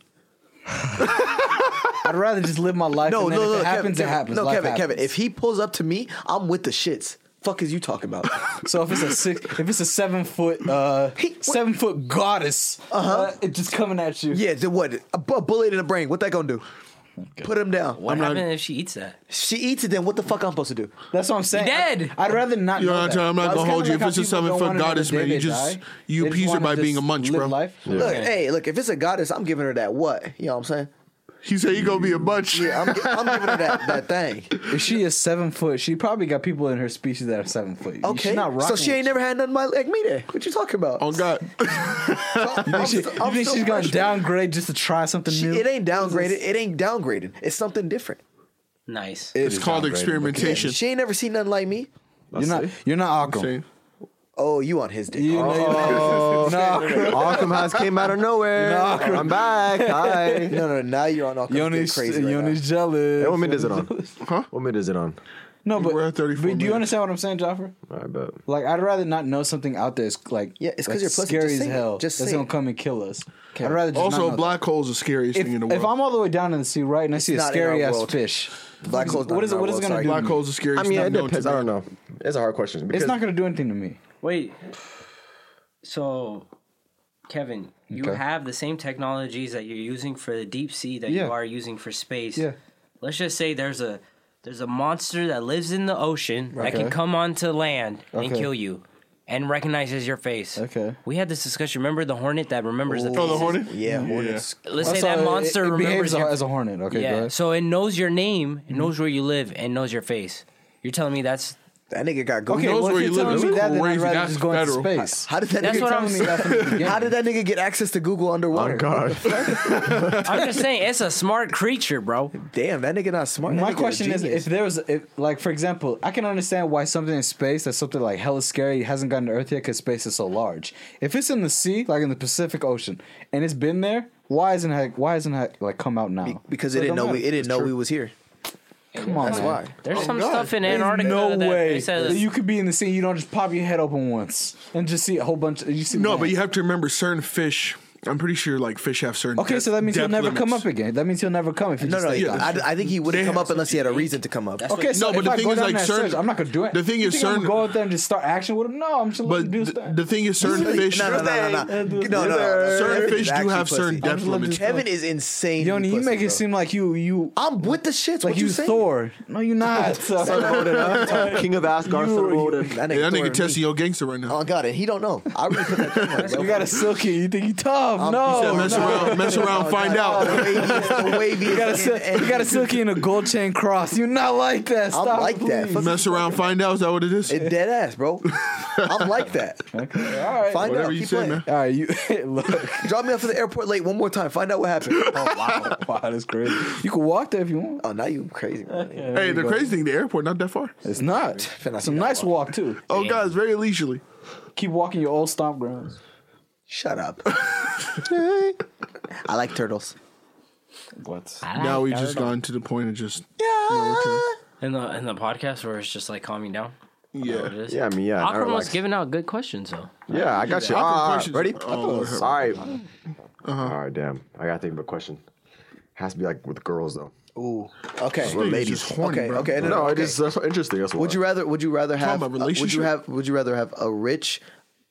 A: I'd rather just live my life.
E: No,
A: and then
E: no,
A: if
E: no,
A: it
E: Kevin,
A: happens,
E: Kevin,
A: it happens.
E: No,
A: Life
E: Kevin,
A: happens.
E: Kevin, if he pulls up to me, I'm with the shits. Fuck is you talking about?
A: so if it's a six, if it's a seven foot, uh,
E: He- what- Uh-huh.
A: seven foot goddess, uh it just coming at you.
E: yeah, then what? A, bu- bullet in the brain. What that gonna do? Put him down.
F: What
E: I'm not-
F: happens if she eats that?
E: She eats it. Then what the fuck I'm supposed to do?
A: That's what I'm saying. I-
F: dead.
A: I'd rather not.
B: You know what
A: know
B: I'm
A: that.
B: saying? I'm not
A: It's
B: gonna hold
A: kinda
B: you if
A: how
B: it's just
A: people
B: something
A: don't
B: for
A: wanna know
B: goddess,
A: the
B: man.
A: day
B: You
A: they
B: just-
A: die.
B: you
A: They just
B: appease it
A: wanna
B: by being
A: just
B: a munch,
A: live
B: bro.
A: life.
E: Look, hey, look. If it's a goddess, I'm giving her that what? You know what I'm saying?
B: He said he gonna be a bunch.
E: I'm, gi- I'm giving her that, that thing.
A: If she is seven foot, she probably got people in her species that are seven foot.
E: Okay.
A: She's not
E: so
A: rocking
E: she ain't
A: with
E: never had nothing like me there. What you talking about?
B: Oh God.
E: I'm
A: you.
E: st-
A: You
E: I'm
A: think
E: still
A: she's gonna
E: fresh.
A: downgrade just to try something
E: She-
A: new?
E: it ain't downgraded. It ain't downgraded. It's something different.
F: Nice.
A: It
B: It's
A: is
B: called
A: downgraded, but
B: experimentation.
E: She ain't never seen nothing like me.
A: You're not. You're not Akram.
B: See?
E: Oh, you on his dick?
A: You know, you
E: Oh.
A: know. Nah.
C: Arkham House came out of nowhere. I'm back. Hi.
E: No, no, now you're on all kinds
A: Yoni's,
E: of crazy. Right
A: Yoni's jealous.
C: Hey, what mid is it on? Huh? What mid is it on?
A: No, but,
B: We're at 34
A: but do you
B: minutes.
A: understand what I'm saying, Joffer?
C: All right, bet.
A: Like, I'd rather not know something out there. It's like
E: Yeah, it's 'cause
A: like
E: you're pussy.
A: scary
E: Just
A: as
E: say it.
A: hell.
E: Just
A: that's
E: say
A: gonna
E: it.
A: come and kill us. I'd rather just not
B: Also,
A: know
B: black holes are the scariest
A: That.
B: thing in the
A: If,
B: world.
A: if I'm all the way down in the sea, right, and I see a
E: not in our
A: scary ass
E: world.
A: fish,
E: Black hole's not
A: What is
E: in
A: it?
E: our
A: What is it
E: world,
A: gonna do?
E: sorry.
A: to
B: black
A: me?
B: holes are scary.
C: I mean,
B: not
C: it
B: known to
C: depends. I
B: man.
C: don't know. It's a hard question.
A: It's
C: because-
A: not gonna do anything to me.
F: Wait. So, Kevin, you
A: Okay.
F: have the same technologies that you're using for the deep sea that
A: Yeah.
F: you are using for space.
A: Yeah.
F: Let's just say there's a there's a monster that lives in the ocean that
A: Okay.
F: can come onto land and
A: Okay.
F: kill you and recognizes your face.
A: Okay.
F: We had this discussion. Remember the hornet that remembers the
B: Oh, the
F: faces?
B: hornet.
E: Yeah, hornets.
F: Let's say
A: Also,
F: that
A: it-
F: monster
A: it,
F: remembers
A: behaves
F: your
A: as a hornet. Okay, go
F: yeah.
A: ahead.
F: So it knows your name, it knows where you live, and knows your face. You're telling me that's
E: That nigga got goofy.
B: knows
A: well, if
B: where
A: you're
B: you live.
A: telling
B: That's
A: me that, then I'd
B: crazy.
A: rather
B: That's
A: just go into
B: federal.
A: space.
E: How did that?
F: That's
E: nigga
F: what
E: tell
F: I'm
E: me
F: saying.
E: that from the beginning? How did that nigga get access to Google underwater?
C: Oh, God.
F: I'm just saying it's a smart creature, bro.
E: Damn, that nigga not smart. That
A: My
E: nigga a
A: question is,
E: genius.
A: if there was, if, like, for example, I can understand why something in space that's something like hella scary hasn't gotten to Earth yet because space is so large. If it's in the sea, like in the Pacific Ocean, and it's been there, why isn't it, why isn't it like come out now?
E: because
A: So
E: it didn't
A: don't
E: know we it didn't know
A: It's
E: we
A: true.
E: was here.
A: Come on,
E: That's
A: man.
E: why.
F: There's some
B: God.
F: stuff in
A: There's
F: Antarctica
A: no
F: that
A: way
F: they said
A: that you could be in the sea. You don't just pop your head open once and just see a whole bunch. Of, you see
B: No,
A: land.
B: but you have to remember certain fish. I'm pretty sure like fish have certain.
A: Okay,
B: depth-
A: so that means he'll
B: depth
A: never come up
B: limits.
A: again. That means he'll never come if you
E: No,
A: just
E: no,
A: stay
E: yeah,
A: down.
E: I, I think he wouldn't
B: They
E: come
B: have
E: up unless he had a reason to come up.
A: Okay, so
B: No, but
A: if
B: the
A: I
B: thing
A: go
B: is,
A: down
B: like,
A: that
B: certain-
A: search, I'm not gonna do it.
B: the thing
A: You
B: is,
A: think I'm gonna
B: certain-
A: go out there and just start action with him. No, I'm just gonna let him
B: But
A: do his
B: th-
A: thing.
B: the thing is, certain
E: Really?
B: fish,
E: No, no, no, no, no, no, no, no.
B: certain
E: Kevin
B: fish
E: is
B: do
E: actually
B: have
E: pussy.
B: certain depth
A: just letting
B: limits.
A: this-
E: Kevin is insane.
A: Yoni, you make it seem like you you
E: I'm with the
A: like
E: shits. what
A: you
E: you saying?
A: Thor. No, you're not.
C: King of Asgard,
A: You-
C: Thor
A: you-
C: Odin.
E: That
B: Yeah, that
E: Thor
B: nigga
E: and
B: testing
E: me.
B: your gangster right now.
E: Oh God, and he don't know. I really put that thing on, bro.
A: you got a silky. You think you tough? no,
B: He said, mess
A: no.
B: around, mess around, find
E: The
B: out.
E: waviest, the waviest.
A: You got a sil- you got a silky and a gold chain cross. You're not like that. Stop,
E: like that.
A: please.
E: Fuck-
B: Mess around, find out. Is that what it is?
E: It dead ass, bro. I'm like that.
A: Okay, all right.
E: Find
B: Whatever
E: out.
B: you
E: Keep
B: say,
E: playing.
B: man.
A: All right, you look.
E: Drop me off at the airport late one more time. Find out what happened. Oh wow.
A: Wow, that's crazy. You can walk there if you want.
E: Oh, now you crazy. Man.
B: Hey, the crazy thing, the airport not that far.
A: It's not.
E: I
A: It's a
E: see that
A: nice walk too.
B: Oh God, it's very leisurely.
A: Keep walking your old stomp grounds.
E: Shut up. I like turtles.
A: What?
B: Now we've just gone to the point of just
F: in the in the podcast where it's just like calming down. What it
B: yeah.
F: is.
C: Yeah, I mean, yeah. now
F: Akram was
C: relax.
F: giving out good questions though.
C: Yeah, I got
B: Awkward
C: you. All right,
B: questions.
C: ready?
B: Oh, Lord, help me.
C: All right. All right, damn. I gotta think of a question. Has to be like with girls though.
E: Ooh. Okay.
B: Dude, it's just horny,
E: okay.
B: bro.
E: Okay.
C: No,
E: No. no
C: it
E: okay.
C: is uh, that's interesting. That's why.
E: Would you rather? Would you rather have?
B: about
E: uh, would you
B: relationship.
E: have? Would you rather have a rich,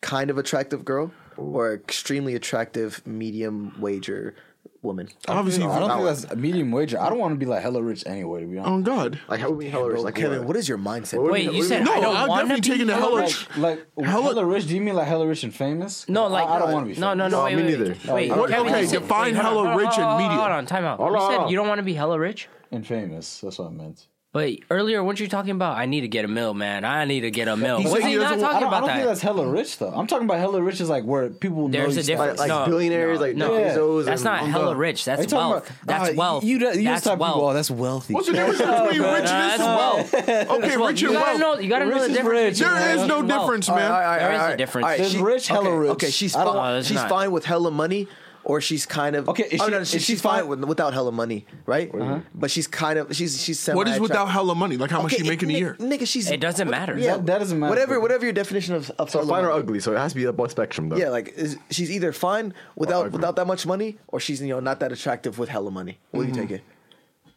E: kind of attractive girl, or extremely attractive, medium wager woman?
B: Obviously,
A: I don't
B: oh
A: think that's a medium wager. I don't want to be like hella rich anyway, to be honest.
B: God.
C: like? How would we hella
E: Bro,
C: like
E: Kevin, what is your mindset?
C: What would
F: Wait,
C: Yeah,
F: you
C: we-
F: said
B: No,
F: I
B: I'm
F: don't want to
B: definitely
F: be
B: taking the hella
F: rich.
B: rich.
A: Like
B: Hella-
A: hella, rich? Do you mean like hella rich and famous?
F: No, like
A: I, I don't want to be.
F: No, no,
A: famous.
F: no.
C: No,
F: wait,
C: me
F: wait,
C: neither.
F: Wait,
A: What-
F: Kevin, you
B: okay,
F: said-
B: define
F: wait, hold
B: hella
F: on,
B: rich
F: hold on,
B: and medium.
F: Hold on, time out.
C: Hold
F: You
C: on, hold
F: said
C: on.
F: you don't want to be hella rich,
A: And famous. That's what I meant.
F: but earlier, weren't you talking about? I need to get a mill, man. I need to get a mill.
B: He
F: Was
B: said
F: he
B: he
F: not
B: doesn't-
A: I
F: talking
A: don't, I
F: about
A: don't think
F: that?
A: that's hella rich though. I'm talking about hella rich is like where people know.
F: There's
A: you
F: a
A: start-
F: difference.
C: like
F: No,
C: billionaires, like
F: no.
A: Yeah.
C: Bezos
F: That's
C: and-
F: not hella rich.
A: Are you
F: That's
A: talking
F: wealth.
A: about-
F: That's
A: Ah,
F: wealth.
A: You, you, you
F: That's
A: type people. Oh,
F: wealth.
A: that's wealthy.
B: What's the difference between rich
F: That's
B: and
F: wealth.
B: this? Okay, rich and
F: You gotta
B: wealth.
F: know. You gotta
A: Rich
F: know the
A: is
F: difference.
A: rich.
F: between
B: There is
F: wealth
B: no
F: and wealth.
B: difference,
E: All right, all
B: man.
E: right,
F: There
E: all
F: is a
E: right, all
F: difference.
E: right,
A: There's rich, hella
E: okay,
A: rich.
E: Okay, she's
A: I don't-
F: No,
E: fine.
F: there's
E: She's
F: not.
E: fine with hella money, or she's kind of
A: Okay, is
E: oh,
A: she-
E: no,
A: is
E: she's,
A: she
E: she's fine
A: fine-
E: with, without hella money, right? But she's kind of she's she's semi.
B: What is without hella money? Like how much
E: Okay,
B: you make in a
E: ni-
B: year?
E: nigga? She's
F: It doesn't matter.
E: Yeah,
A: That- that doesn't matter,
E: Whatever,
A: but-
E: whatever your definition of, of
C: So
E: hella
C: fine or
E: money.
C: ugly, so it has to be above spectrum though.
E: Yeah, like is, she's either fine
C: ugly.
E: without without that much money, or she's you know not that attractive with hella money. What
A: Mm-hmm.
E: do you take it?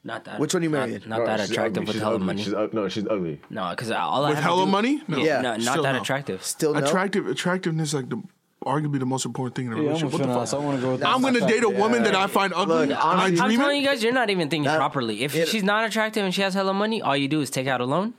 F: Not that.
E: Which one you
F: not-
E: marrying?
F: Not that
C: Oh, she's
F: attractive
C: ugly,
F: with
C: she's
F: hella
C: ugly,
F: money.
C: She's, ug- no, she's ugly.
F: No, because all I
B: With
F: have to
B: hella
F: do-
B: money? No.
E: Yeah.
F: No, not
B: Still
F: that
B: no.
F: attractive.
E: Still no.
B: Attractive attractiveness like the arguably the most important thing in a
A: Yeah, I'm a
B: relationship. what the fuck?
A: finesse. I want to go. With
B: I'm
A: that.
B: gonna date a woman that I find ugly.
C: Look,
B: Am I
C: I'm-
F: I'm
B: dreaming?
F: telling you guys, you're not even thinking
E: That-
F: properly. If
E: it-
F: she's not attractive and she has hella money, all you do is take out a loan,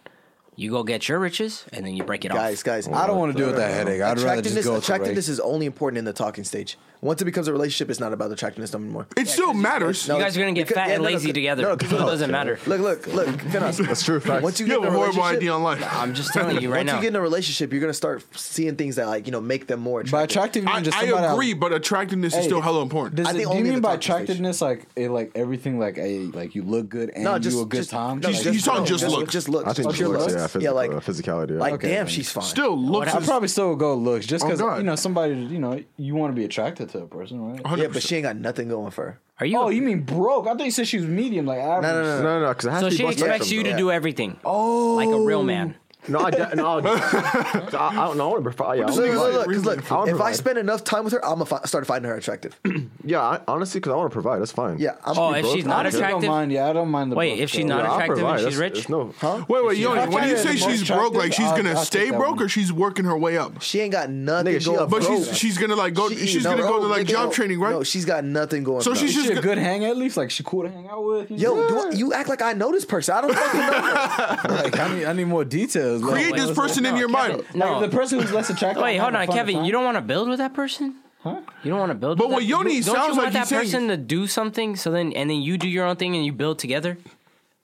F: you go get your riches, and then you break it
E: guys,
F: off.
E: guys.
A: I don't want to deal with that headache. I'd rather just
E: attractiveness,
A: go. with the
E: attractiveness is only important in the talking stage. Once it becomes a relationship, it's not about attractiveness anymore.
B: It still matters.
E: No,
F: You guys are gonna get
E: because-
F: fat
E: yeah,
F: and
E: no, no,
F: lazy
E: c-
F: together.
E: no,
F: so it doesn't matter.
E: Look, look, look. Finas,
C: That's true. Facts.
E: once you,
B: You
E: get
B: have
E: in
B: a
E: a
B: horrible
E: relationship,
B: idea on life.
F: I'm just telling you right
E: once
F: now.
E: you get in a relationship, you're gonna start seeing things that like you know make them more
A: By attractive,
E: attractive.
A: you mean
B: I,
A: just
B: I
A: somebody
B: agree, but attractiveness is
A: Hey,
B: still hella important.
A: Does
E: I
A: it-
E: think
A: do
E: only
A: you
E: in
A: mean
E: the
A: by
E: talking stage.
A: attractiveness like it, like everything like a like you look good and
E: No,
A: you
E: just-
A: a good
E: just-
A: time?
E: no,
A: Like,
B: He's- he's talking just
E: just
B: looks.
E: Just looks.
C: I think
E: Just
C: just
E: pure
C: looks,
E: looks.
C: yeah. yeah, physical, uh,
E: Yeah, like-
C: physicality.
E: Like,
A: Okay,
E: damn,
A: then.
E: she's fine.
B: Still looks.
A: I
B: as-
A: probably still would go looks just
B: Oh,
A: because
B: God.
A: you know somebody you know you want to be attracted to a person, right?
E: yeah, but she ain't got nothing going for her.
F: Are you?
A: Oh, you mean broke? I thought you said she was medium, like average.
C: no, no, no, no, because it has
F: so
C: to be
F: she
C: both
F: expects
C: spectrum,
F: you to
C: though.
F: do everything. Oh, like a real man.
C: No, I, de- no, I, I, I don't know. I want to provide. Yeah, I
E: Look,
C: wanna
E: look,
C: provide.
E: look, 'cause look,
C: I wanna
E: if I
C: provide.
E: spend enough time with her, I'm gonna fi- start finding her attractive.
C: yeah, I, honestly, because I want to provide. That's fine.
E: Yeah, I'm
F: Oh, if
C: both.
F: she's not
A: Honestly, I don't
F: attractive.
A: mind. Yeah, I don't mind the.
F: Wait,
A: broke
F: if she's
A: though.
F: not
C: Yeah, I'll
F: attractive and
C: provide.
F: she's
C: That's-
F: rich,
C: it's no,
B: Wait, wait, Yoni, when you
A: attractive,
B: say
A: the
B: she's
A: most
B: broke, like
A: attractive,
B: she's
A: I'll-
B: gonna
A: I'll take
B: stay
A: that
B: broke
A: one.
B: or she's working her way up?
E: She ain't got nothing
C: Nigga, she
E: going
C: up
E: for
B: But
E: her.
B: she's she's gonna like go.
E: She-
B: she's
E: no,
B: gonna go to
E: no,
B: like
E: nigga,
B: job
E: no.
B: training, right?
E: No, she's got nothing going
B: So
E: for
B: she's
E: her.
A: Is she
B: just
A: a good hang at least? Like she cool to hang out with? You
E: Yo,
A: know?
E: do I, you act like I know this person. I don't fucking know her.
A: like, I need I need more details. like-
B: Create this
A: like,
B: person in your mind.
A: like, the person who's less attractive.
F: Wait,
A: I'm
F: hold
A: having
F: on,
A: fun
F: Kevin.
A: with
F: You don't want to build with that person? Huh? You don't want to build.
B: But
F: with
B: what
F: that?
B: Yoni
F: don't
B: sounds
F: you
B: like
F: want that
B: he's saying-
F: person to do something, so then and then you do your own thing and you build together.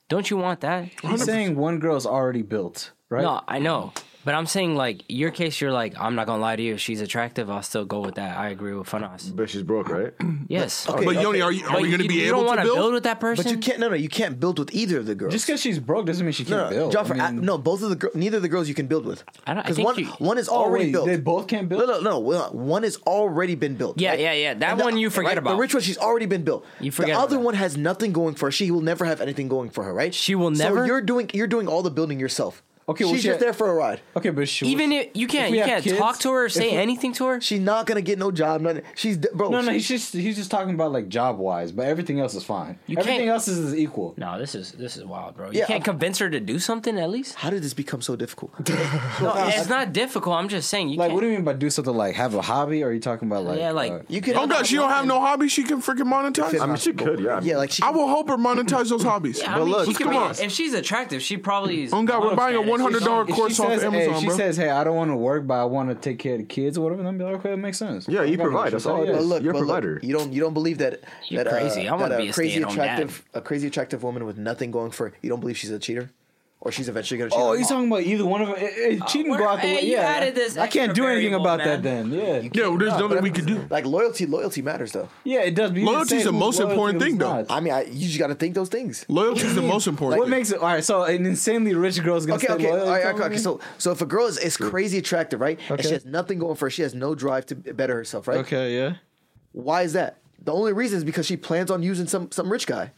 F: Don't you want that?
A: He's saying one girl's already built, right?
F: No, I know, but I'm saying like your case. You're like, I'm not gonna lie to you. If she's attractive, I'll still go with that. I agree with Fanas.
C: but she's broke, right?
F: Yes,
B: But Yoni, are you are
F: But
B: we gonna
F: you-
B: be
F: you
B: able
F: don't
B: to
F: wanna
B: build?
F: build with that person?
E: But you can't. No, no, you can't build with either of the girls.
A: Just because she's broke doesn't mean she
E: no,
A: can't
E: no,
A: build.
E: John, for,
A: I
E: I
A: mean-
E: no. Both of the gr- neither of the girls you can build with.
F: I don't- I
E: Because
F: think
E: one
F: you-
E: one is
A: Oh,
E: already
A: wait,
E: built.
A: They both can't build.
E: No, no, no. well, One has already been built.
F: Yeah, yeah, yeah. That
E: and
F: one you forget
E: right?
F: about.
E: The rich one, she's already been built.
F: You forget
E: The
F: about
E: other
F: that.
E: one has nothing going for her. She will never have anything going for her, right?
F: She will
E: So
F: never?
E: you're doing you're doing all the building yourself.
A: Okay, well,
E: she's
A: she-
E: just there for a ride.
A: Okay, but she
F: Even if you can't,
A: we
F: you
A: have
F: can't
A: kids,
F: talk to her, or
A: if
F: say
A: we-
F: anything to her.
E: She's not gonna get no job. Nothing. She's d- bro.
A: No, no,
E: she-
A: he's just he's just talking about like job wise, but everything else is fine.
F: You can't-
A: everything else is, is equal.
F: No, this is this is wild, bro. You
E: Yeah,
F: can't
E: I-
F: convince her to do something at least.
E: how did this become so difficult?
F: No, it's not difficult. I'm just saying you
A: Like,
F: can't.
A: what do you mean by do something like have a hobby? Or are you talking about like
F: yeah, like
A: uh,
E: You can.
B: Oh god, she don't have no hobby. She can freaking monetize.
C: I mean, she could. Yeah. I mean,
E: Yeah, like she.
B: I will help her monetize those hobbies.
F: Yeah, I mean,
C: look,
F: she could
B: come
F: be,
B: on.
F: if she's attractive, she probably is.
B: Oh God, we're buying a
F: She's-
B: $100
A: if
B: course
A: she
B: off
A: says,
B: Amazon,
A: hey, she
B: bro.
A: says, hey, I don't want to work, but I want to take care of the kids or whatever. Then I'd be like, okay, that makes sense.
C: Yeah, you
A: I got no
C: provide,
A: issue
C: that's
A: with
C: all it
A: that,
C: is.
E: But look,
C: You're a
E: but look,
C: provider.
E: you don't you don't believe that
F: You're
E: that, uh,
F: crazy. I wanna
E: that
F: be a
E: crazy
F: stay-at-home dad.
E: attractive a crazy attractive woman with nothing going for her, you don't believe she's a cheater, or she's eventually gonna cheat.
A: Oh,
E: on
A: you're
E: you.
A: talking about either one of them. Eh, eh, cheating
F: we're-
A: go out the
F: hey,
A: way.
F: you
A: Yeah,
F: added this
A: I can't
F: extra
A: do anything
F: variable,
A: about that.
F: man.
A: Then, yeah,
B: Yeah, well, there's nothing we could do.
E: Like loyalty, loyalty matters though.
A: yeah, it does. but you didn't
B: Loyalty's
A: say
B: the
A: who's
B: most
A: loyal,
B: important
A: who's
B: thing, though.
A: not.
E: I mean, I, you just gotta think those things.
B: Loyalty's the most important.
A: What
B: thing.
A: makes it all right? So an insanely rich girl's gonna
E: Okay,
A: stay
E: okay,
A: loyal.
E: all
A: to
E: right, okay,
A: somebody?
E: okay. So, so if a girl is, is crazy attractive, right, and
A: Okay.
E: she has nothing going for her, she has no drive to better herself, right?
A: okay, yeah.
E: Why is that? The only reason is because she plans on using some some rich guy.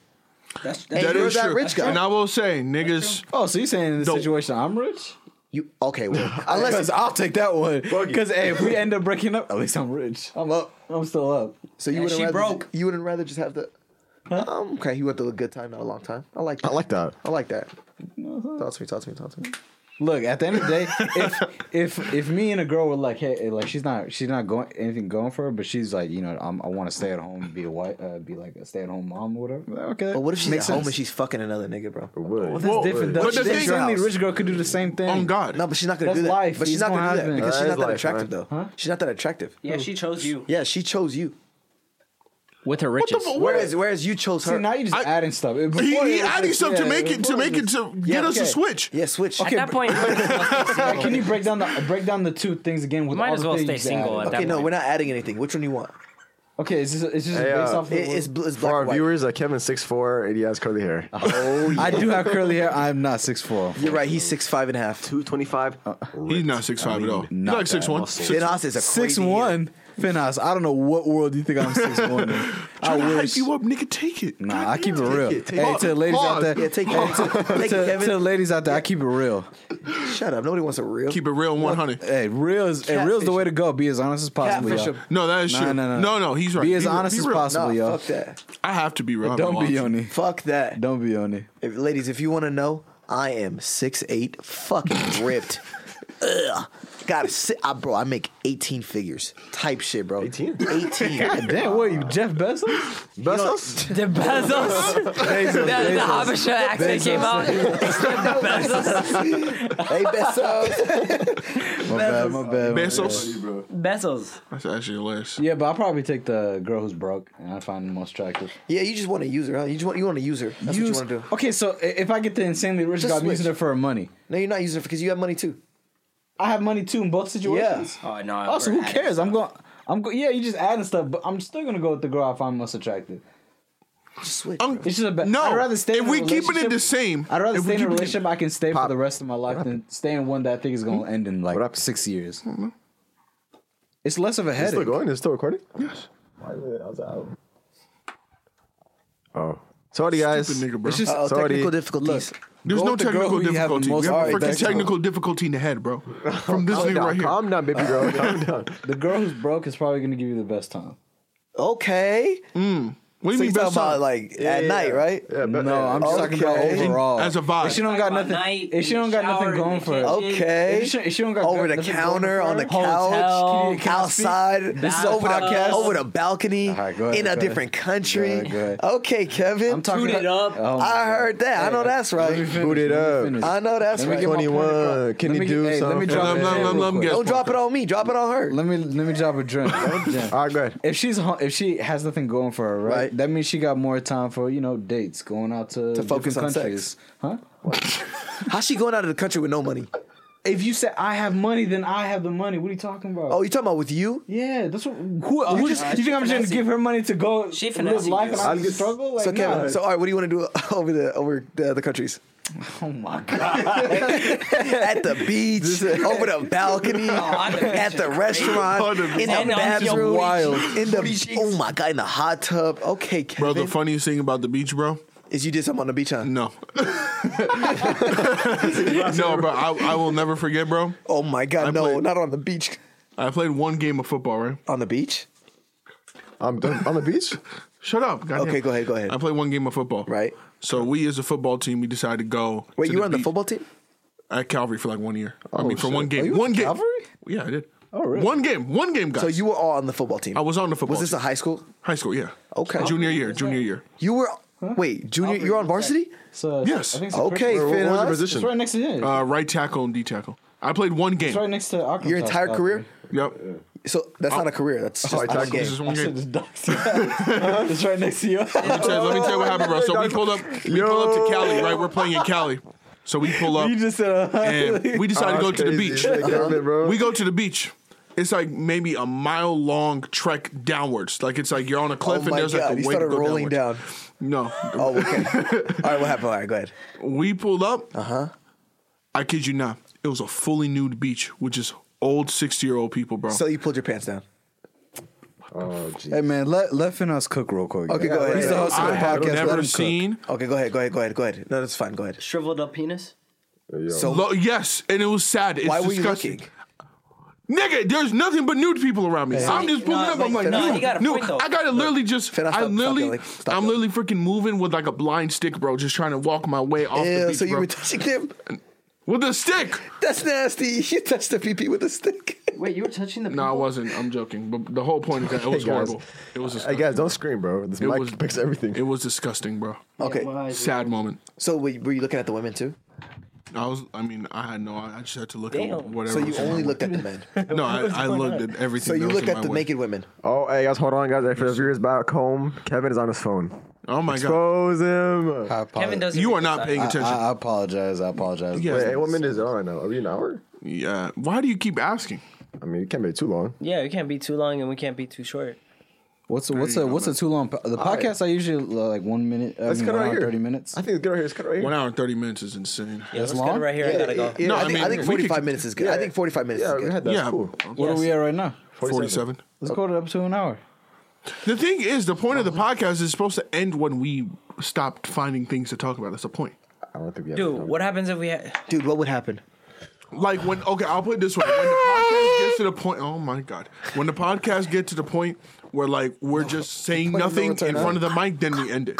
D: That's,
E: Hey,
D: that's
B: that
E: you're
B: is
E: that
B: true.
E: rich guy.
B: And I will say, niggas.
A: Oh, so you're saying in this
B: Dope.
A: situation I'm rich?
E: You okay? Well,
A: Because
E: unless
A: I'll take that one. Because hey, if we end up breaking up, at least I'm rich. I'm up. I'm still up.
E: so, you
D: And
E: wouldn't
D: she
E: rather
D: broke.
E: you wouldn't rather just have the. Um, okay, you went through a good time, not a long time. I like
C: I
E: that.
C: like that.
E: I like that. Talk to me, talk to me, talk to me.
A: Look, at the end of the day, if if if me and a girl were like, hey, like she's not she's not going anything going for her, but she's like, you know, I'm, I want to stay at home, be a wife, uh, be like a stay at home mom or whatever. Okay,
E: But what if she's
A: Makes
E: at home
A: sense.
E: and she's fucking another nigga, bro?
C: Would.
A: Well, that's different. Though.
B: But the
A: An
B: thing-
A: insanely rich girl could do the same thing.
B: Oh God.
E: No, but she's not gonna
A: That's
E: do that.
A: life.
E: But she's
A: It's
E: not
A: gonna
E: gonna do that
A: happen.
E: because
C: That
E: she's
C: is
E: not that
C: life,
E: attractive, though. She's not that attractive.
D: yeah. She chose you.
E: Yeah, she chose you.
F: with her
B: What the
F: riches.
B: fu- what-
E: Whereas, whereas you chose
A: See,
E: her.
A: now you're just
B: I-
A: adding stuff. Before
B: He,
A: it
B: he
A: was
B: adding
A: like,
B: stuff
A: yeah,
B: to make it to
A: before
B: make it
A: was-
B: to get us a
A: okay.
B: switch.
E: yeah, switch.
F: At that point, you might as well stay single.
A: Can you break down the break down the two things again? With
F: Might
A: all
F: as
A: the
F: well
A: things
F: stay
A: you
F: single
A: added?
F: at that
E: Okay, no,
F: point.
E: we're not adding anything. Which one do you want?
A: Okay, it's just it's just
C: Hey,
A: based
C: uh,
A: off.
E: It,
A: The
E: it's bl- it's
C: For
E: black
C: our
E: and white.
C: viewers, uh, Kevin six four, and he has curly hair.
E: Oh, yeah.
A: I do have curly hair. I'm not six four.
E: You're right. He's uh, six five and a half.
C: Two twenty five.
B: Uh, He's not six five at all. He's
A: not
B: like
A: that
B: six one.
C: muscle.
E: Ben Haas is a
A: Six
E: crazy
A: one, Finhouse. I don't know what world you think I'm six one. I
B: Trying to hype
A: wish.
B: you up, nigga. Take it.
A: Nah, I keep it real.
C: it, take
A: hey,
C: it.
A: to the ladies out
B: Pause.
A: there.
E: Yeah, take it. Take it,
A: to, to the
E: Kevin.
A: ladies out there, I keep it real.
E: Shut up. Nobody wants a real.
B: Keep it real, one hundred.
A: Hey, real is hey, real's the way to go. Be as honest as possible,
E: Catfish
A: y'all.
E: him.
B: No, that is
A: Nah,
B: true.
A: nah, nah.
B: No, no, he's right.
A: Be as
B: Be real-
A: honest
B: be
A: as
B: real.
E: nah,
A: possible, y'all.
E: fuck that.
B: I have to be real.
A: Don't be
B: on.
A: Yoni.
E: Fuck that.
A: Don't be Yoni.
E: If, ladies, if you want to know, I am six eight, fucking ripped. Ugh. Got sit, I, bro. I make eighteen figures, type shit, bro.
C: 18?
E: eighteen.
A: Damn, what are you, Jeff Bezos?
C: Bezos.
F: The Bezos. the,
A: Bezos,
F: the
A: Bezos.
F: Habesha accent
A: Bezos.
F: came out.
E: hey, Bezos.
A: My bad, my bad. my bad.
B: Bezos.
D: Bezos.
B: That's actually hilarious.
A: Yeah, but I'll probably take the girl who's broke, and I find the most attractive.
E: Yeah, you just want to use her, huh? You just want you want to use her. That's
A: Use-
E: what you want to do.
A: Okay, so i- if I get the insanely rich
E: Just
A: girl, I'm using
E: switch.
A: her for her money.
E: No, you're not using her because you have money too.
A: I have money too in both situations.
F: Oh no.
A: Oh, so
F: we're
A: who
F: adding
A: cares? I'm
F: stuff.
A: going. I'm go- yeah, you just adding stuff, but I'm still gonna go with the girl I find most attractive.
E: Just switch.
B: I'm-
E: bro.
A: It's just a bad.
B: No,
A: I'd rather stay.
B: if
A: in a
B: we keep it in
A: relationship-
B: the same,
A: I'd rather
B: if we
A: stay in a
B: keep it-
A: relationship I can stay for
C: Pop.
A: the rest of my life than stay in one that I think is going to end in like
C: happened?
A: six years. It's less of a
C: It's still
A: headache.
C: going? It's still recording?
B: Yes.
C: Why is it? I was out. Oh. Sorry, guys.
B: Stupid nigga, bro.
A: It's just
E: Uh-oh,
C: Sorry.
E: technical difficulties.
B: There's
A: Go
B: no
A: with the girl
B: technical
A: who you have the
B: difficulty.
A: most
B: We have a freaking
A: respect for.
B: technical difficulty in the head, bro. From this
C: Calm
B: nigga
C: down,
B: right here.
C: Oh, calm down, baby girl. calm down.
A: the girl who's broke is probably going to give you the best time.
E: Okay.
B: What do you
E: So you
B: mean
E: talking
B: best
E: about
B: time?
E: like at
C: yeah,
E: night,
C: yeah.
E: right?
C: Yeah, but-
A: no, I'm just talking about
E: Okay.
A: overall.
B: As a vibe.
A: If she don't got
D: Talking about
A: nothing,
D: night,
A: if she
D: in
A: don't
D: the
A: got nothing
D: shower,
A: going
D: in the
A: for her,
D: kitchen.
E: Okay.
A: If she, if she don't got
E: over the
A: nothing going for
E: counter,
A: her-
E: on the
D: Hotel.
E: couch,
D: Can you-
A: can I speak?
E: outside,
A: This is a
E: over,
A: podcast.
E: the, over the balcony,
A: All right, go ahead,
E: in
A: go
E: a
A: ahead.
E: different country.
A: Go ahead, go
E: Okay, Kevin.
A: I'm talking
D: Boot it
A: about-
D: up.
A: Oh my
E: I
A: God.
E: heard that. I
A: Hey,
E: know that's
A: let me
E: right.
A: finish,
C: Boot it
A: let me
C: up.
A: finish.
E: I know that's
A: Let me
E: right.
A: get my point
C: 21.
A: across.
C: Can
A: Let
C: you
A: me
C: do
A: get- hey, Let me
C: something?
A: drop
B: Lum,
A: a
B: lum,
A: gem
B: lum,
A: real
B: lum,
A: quick.
B: guess.
E: Don't drop it on me. Drop it on her.
A: Let me let me drop a gem. Drop a gem.
C: All right, go ahead.
A: If she's hu- if she has nothing going for her, right?
E: Right.
A: That means she got more time for you know dates, going out to, different
E: focus on
A: countries, huh?
E: How's she going out of the country with no money?
A: If you say I have money, then I have the money. What are you talking about?
E: Oh, you talking about with you?
A: yeah, that's what. Who, who
D: just-
A: you think I'm just gonna
D: finessing.
A: give her money to go
D: She
A: live
D: finessing
A: life
D: you.
A: and
D: I'll
A: I just
C: just-
A: struggle? Like,
E: so Kevin,
A: nah.
E: so all right, what do you want to do over the over the other countries?
A: oh my god,
E: At the beach, over the balcony,
D: on the
E: at
D: beach
E: the
D: is
B: crazy. On
E: restaurant,
B: the
E: in
D: beach. And
E: the
D: on your
E: bathroom,
A: wild.
E: in the oh my god, in the hot tub. Okay,
B: Bro,
E: Kevin,
B: the funniest thing about the beach, bro.
E: is you did something on the beach, huh?
B: No. no, bro. I, I will never forget, bro.
E: Oh my god,
B: I
E: no,
B: played-
E: not on the beach.
B: I played one game of football, right?
E: On the beach,
C: I'm done. On the beach?
B: Shut up. goddamn.
E: Okay, go ahead, go ahead.
B: I played one game of football.
E: right?
B: So we, as a football team, we decided to go.
E: Wait,
B: to
E: you were on the
B: beach-
E: football team?
B: at Calvary for like one year. I
C: Oh,
B: mean, for
C: shit.
B: one game.
C: Oh, you
B: One
C: was at
B: game.
C: Calvary?
B: Yeah, I did.
C: Oh, really?
B: One game. One game, guys.
E: So you were all on the football team.
B: I was on the football.
E: Was this
B: team.
E: a high school?
B: high school? Yeah.
E: Okay.
B: Junior year. Junior year.
E: You were wait, junior. You're on varsity.
A: so
B: Yes.
A: I think it's a
E: Okay,
A: pretty-
C: Where- what
E: Finn.
C: was
E: Hus.
C: your position?
A: it's right next to you.
B: Uh, right tackle and D tackle. I played one game.
A: it's right next to Akram's
E: Your
A: house,
E: entire
A: Calvary.
E: career.
B: Yep.
E: So that's not a career. That's just
C: I
E: one
C: tackled
E: game.
B: This is
A: I
B: one
A: should
B: game.
A: just doxed you. It's right next to you.
B: Let me tell- let me tell you what happened, bro. So we pulled up. We pulled up to Cali, right? We're playing in Cali. So we pull up
A: you just said, uh,
B: and we decided to go
C: that's
B: to the
C: crazy.
B: beach.
C: Shit, Kevin, bro.
B: We go to the beach. It's like maybe a mile long trek downwards. Like it's like you're on a cliff
E: Oh
B: and
E: my
B: there's
E: god!
B: like a
E: you
B: way to
E: started
B: go
E: rolling
B: downwards.
E: down.
B: No,
E: Oh, okay. all right, what happened? All right, go ahead.
B: We pulled up. Uh huh.
E: Uh-huh.
B: I kid you not. It was a fully nude beach with just old sixty year old people, bro.
E: So you pulled your pants down.
C: Oh, geez.
A: Hey man, let let Finos cook real quick.
E: Okay,
A: guys.
E: go ahead.
A: He's the host of the
B: I have
A: podcast. Let him
B: never
A: cook.
B: seen.
E: Okay, go ahead. Go ahead. Go ahead. Go ahead. No, that's fine. Go ahead.
D: Shriveled up penis.
E: So
B: Lo- yes, and it was sad. It's
E: why were you
B: disgusting.
E: looking?
B: Nigga, there's nothing but nude people around me. I'm just pulling
D: nah,
B: up. I'm like,
D: like, nah,
B: no,
D: you got a
B: no.
D: point, though.
B: I gotta literally just,
E: Finn, I
B: I
E: stop- stop
B: literally,
E: yelling. Stop
B: I'm
E: yelling.
B: literally freaking moving with like a blind stick, bro. Just trying to walk my way off the
E: Ew,
B: beach,
E: so you
B: bro.
E: were touching him?
B: with a stick.
E: That's nasty. You touched the PP with a stick.
D: Wait, you were touching the.
B: No, I
D: people?
B: wasn't. I'm joking. But the whole point is that it was
C: Hey, guys.
B: horrible. It was
C: Hey,
B: disgusting.
C: guys, don't scream, bro. This
B: it
C: mic
B: was
C: picks everything.
B: It was disgusting, bro.
E: Okay.
D: Why is it-
B: Sad moment.
E: So were you, were you looking at the women too?
B: I was. I mean, I had no. I just had to look at
D: Damn.
B: whatever.
E: So you
B: was in
E: only
B: my
E: looked at the men.
B: way. No, I, I looked at everything.
E: So you
B: that was
E: looked
B: in
E: at
B: my
E: the
B: way.
E: naked women.
C: Oh, hey, guys, hold on, guys. For the viewers back home, Kevin is on his phone.
B: Oh my god!
C: Expose him.
A: I apologize.
D: Kevin doesn't.
B: You
D: read the
B: are not
D: sign.
B: paying attention.
A: I, I apologize. I apologize.
B: Yeah.
C: Wait, hey, what minute is it on right now? Are we an hour?
B: yeah. Why do you keep asking?
C: I mean, it can't be too long.
F: Yeah, we can't be too long and we can't be too short.
A: What's a, what's a what's a too long? po- The podcasts I usually uh, like one minute. I
C: Let's
A: mean,
C: cut
A: one
C: right
A: hour,
C: here.
A: thirty minutes.
C: I think it's good right here. Let's cut right here.
B: One hour and thirty minutes is insane.
F: Yeah, let's
A: long?
F: cut it right here. I gotta go.
E: Yeah,
B: No,
E: I,
B: I
E: think,
B: mean,
E: I think
B: we
E: 45
B: could-
E: minutes is good. I think 45 minutes
C: Yeah,
E: is
C: we
E: good.
C: had that.
B: Yeah.
C: Yeah. cool.
A: What are we at right now?
B: Forty-seven.
A: Let's go to up to an hour.
B: The thing is, the point of the podcast is supposed to end when we stopped finding things to talk about. That's the point.
C: I don't think we have
F: Dude,
C: time.
F: what happens if we had
E: Dude, what would happen?
B: Like when okay, I'll put it this way: when the podcast gets to the point, oh my god, when the podcast gets to the point where like we're just saying
C: Playing
B: nothing
C: no
B: in
C: return,
B: front of the mic, then we end it.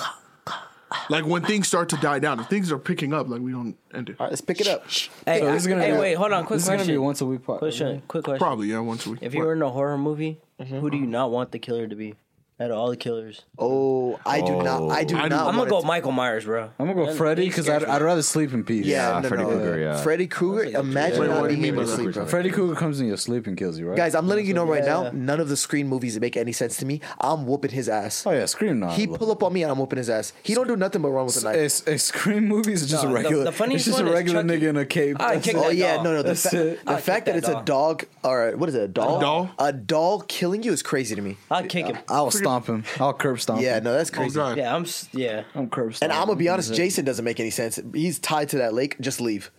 B: Like when things start to die down, if things are picking up, like we don't end it.
E: All right, let's pick it up.
F: Hey,
A: So this is gonna
F: hey
A: be a-
F: wait, hold on, quick
A: This is gonna
F: question.
A: be Mm-hmm. a once a week podcast.
F: question, quick question.
B: Probably yeah, once a week.
F: If you were in a horror movie,
A: Mm-hmm.
F: who do you not want the killer to be? Out of all the killers.
E: Oh, I do not. I do
B: I
E: not.
B: know.
F: I'm
E: want
F: gonna
E: it
F: go
E: to-
F: Michael Myers, bro.
A: Oh, I'm gonna go
F: That-
A: Freddy
F: he
A: because I'd,
F: scares
A: I'd rather sleep in peace.
E: Yeah,
C: Yeah,
E: no,
C: Freddy
E: no.
C: Krueger, yeah.
E: Freddy Krueger. Imagine
B: Wait,
E: not
B: what do you
E: being
B: mean by
E: able to
B: that?
E: sleep. bro.
A: Freddy Krueger comes in your sleep and kills you, right?
E: Guys, I'm letting you know right now. None of the screen movies make any sense to me. I'm whooping his ass.
A: oh yeah, Scream. Nah,
E: He
A: look.
E: pull up on me and I'm whooping his ass. He don't do nothing but run with a knife.
A: It's, it's Scream movies. It's just
F: No,
A: a
F: the-
A: regular.
F: the
A: it's
F: funniest
A: just a
F: one is
A: regular
F: Chucky.
A: nigga in a cape.
F: I
A: That's
F: kick
A: it.
E: Oh
F: that
E: yeah,
F: dog.
E: no, no. The,
A: That's
E: fa-
A: it.
E: the
F: I'll
E: fact
F: kick
E: that
F: that
E: it's a dog, all right, what is it? A doll?
B: doll?
E: A doll killing you is crazy to me.
F: me. I'll kick him.
E: I will
B: Freaking
A: stomp him. I'll curb stomp
E: Yeah,
A: him.
E: no, that's
B: Oh,
E: crazy.
B: God.
F: Yeah, I'm. s- Yeah,
A: I'm curb
E: and
A: stomping.
E: I'm gonna be honest, Jason doesn't make any sense. He's tied to that lake. Just leave.